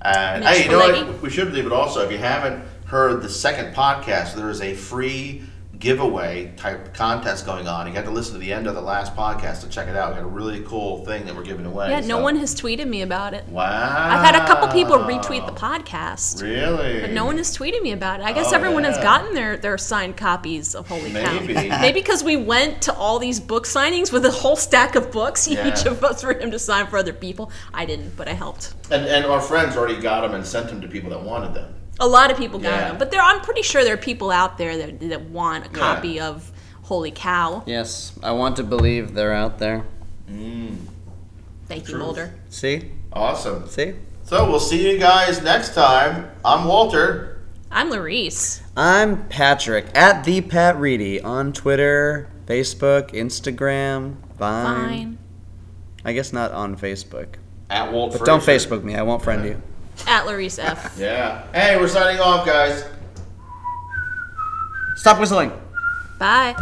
Speaker 1: And,
Speaker 2: Mitch
Speaker 1: hey, you know what?
Speaker 2: Pileggi.
Speaker 1: We should leave it also. If you haven't heard the second podcast, there is a free giveaway type contest going on. You got to listen to the end of the last podcast to check it out. We got a really cool thing that we're giving away.
Speaker 2: Yeah, no
Speaker 1: so-
Speaker 2: one has tweeted me about it.
Speaker 1: Wow.
Speaker 2: I've had a couple people retweet the podcast,
Speaker 1: Ah. Really?
Speaker 2: but no one has tweeted me about it. I guess
Speaker 1: Oh,
Speaker 2: everyone has
Speaker 1: yeah.
Speaker 2: gotten their, their signed copies of Holy
Speaker 1: Maybe.
Speaker 2: Cow. Maybe because we went to all these book signings with a whole stack of books, each
Speaker 1: Yeah.
Speaker 2: of us for him to sign for other people. I didn't, but I helped.
Speaker 1: And, and our friends already got them and sent them to people that wanted them.
Speaker 2: A lot of people got
Speaker 1: Yeah.
Speaker 2: them, but there, I'm pretty sure there are people out there that, that want a copy of Holy Cow.
Speaker 3: Yes, I want to believe they're out there.
Speaker 2: Thank you,
Speaker 1: Truth.
Speaker 2: Mulder.
Speaker 3: See?
Speaker 1: Awesome.
Speaker 3: See?
Speaker 1: So we'll see you guys next time. I'm Walter.
Speaker 2: I'm Larice.
Speaker 3: I'm Patrick at the Pat Reedy on Twitter, Facebook, Instagram, Vine.
Speaker 2: Fine.
Speaker 3: I guess not on Facebook.
Speaker 1: At Walt.
Speaker 3: But don't
Speaker 1: Frazier.
Speaker 3: Facebook me. I won't friend
Speaker 1: Yeah.
Speaker 3: you.
Speaker 2: At Larice F.
Speaker 1: Yeah. Hey, we're signing off, guys.
Speaker 3: Stop whistling.
Speaker 2: Bye.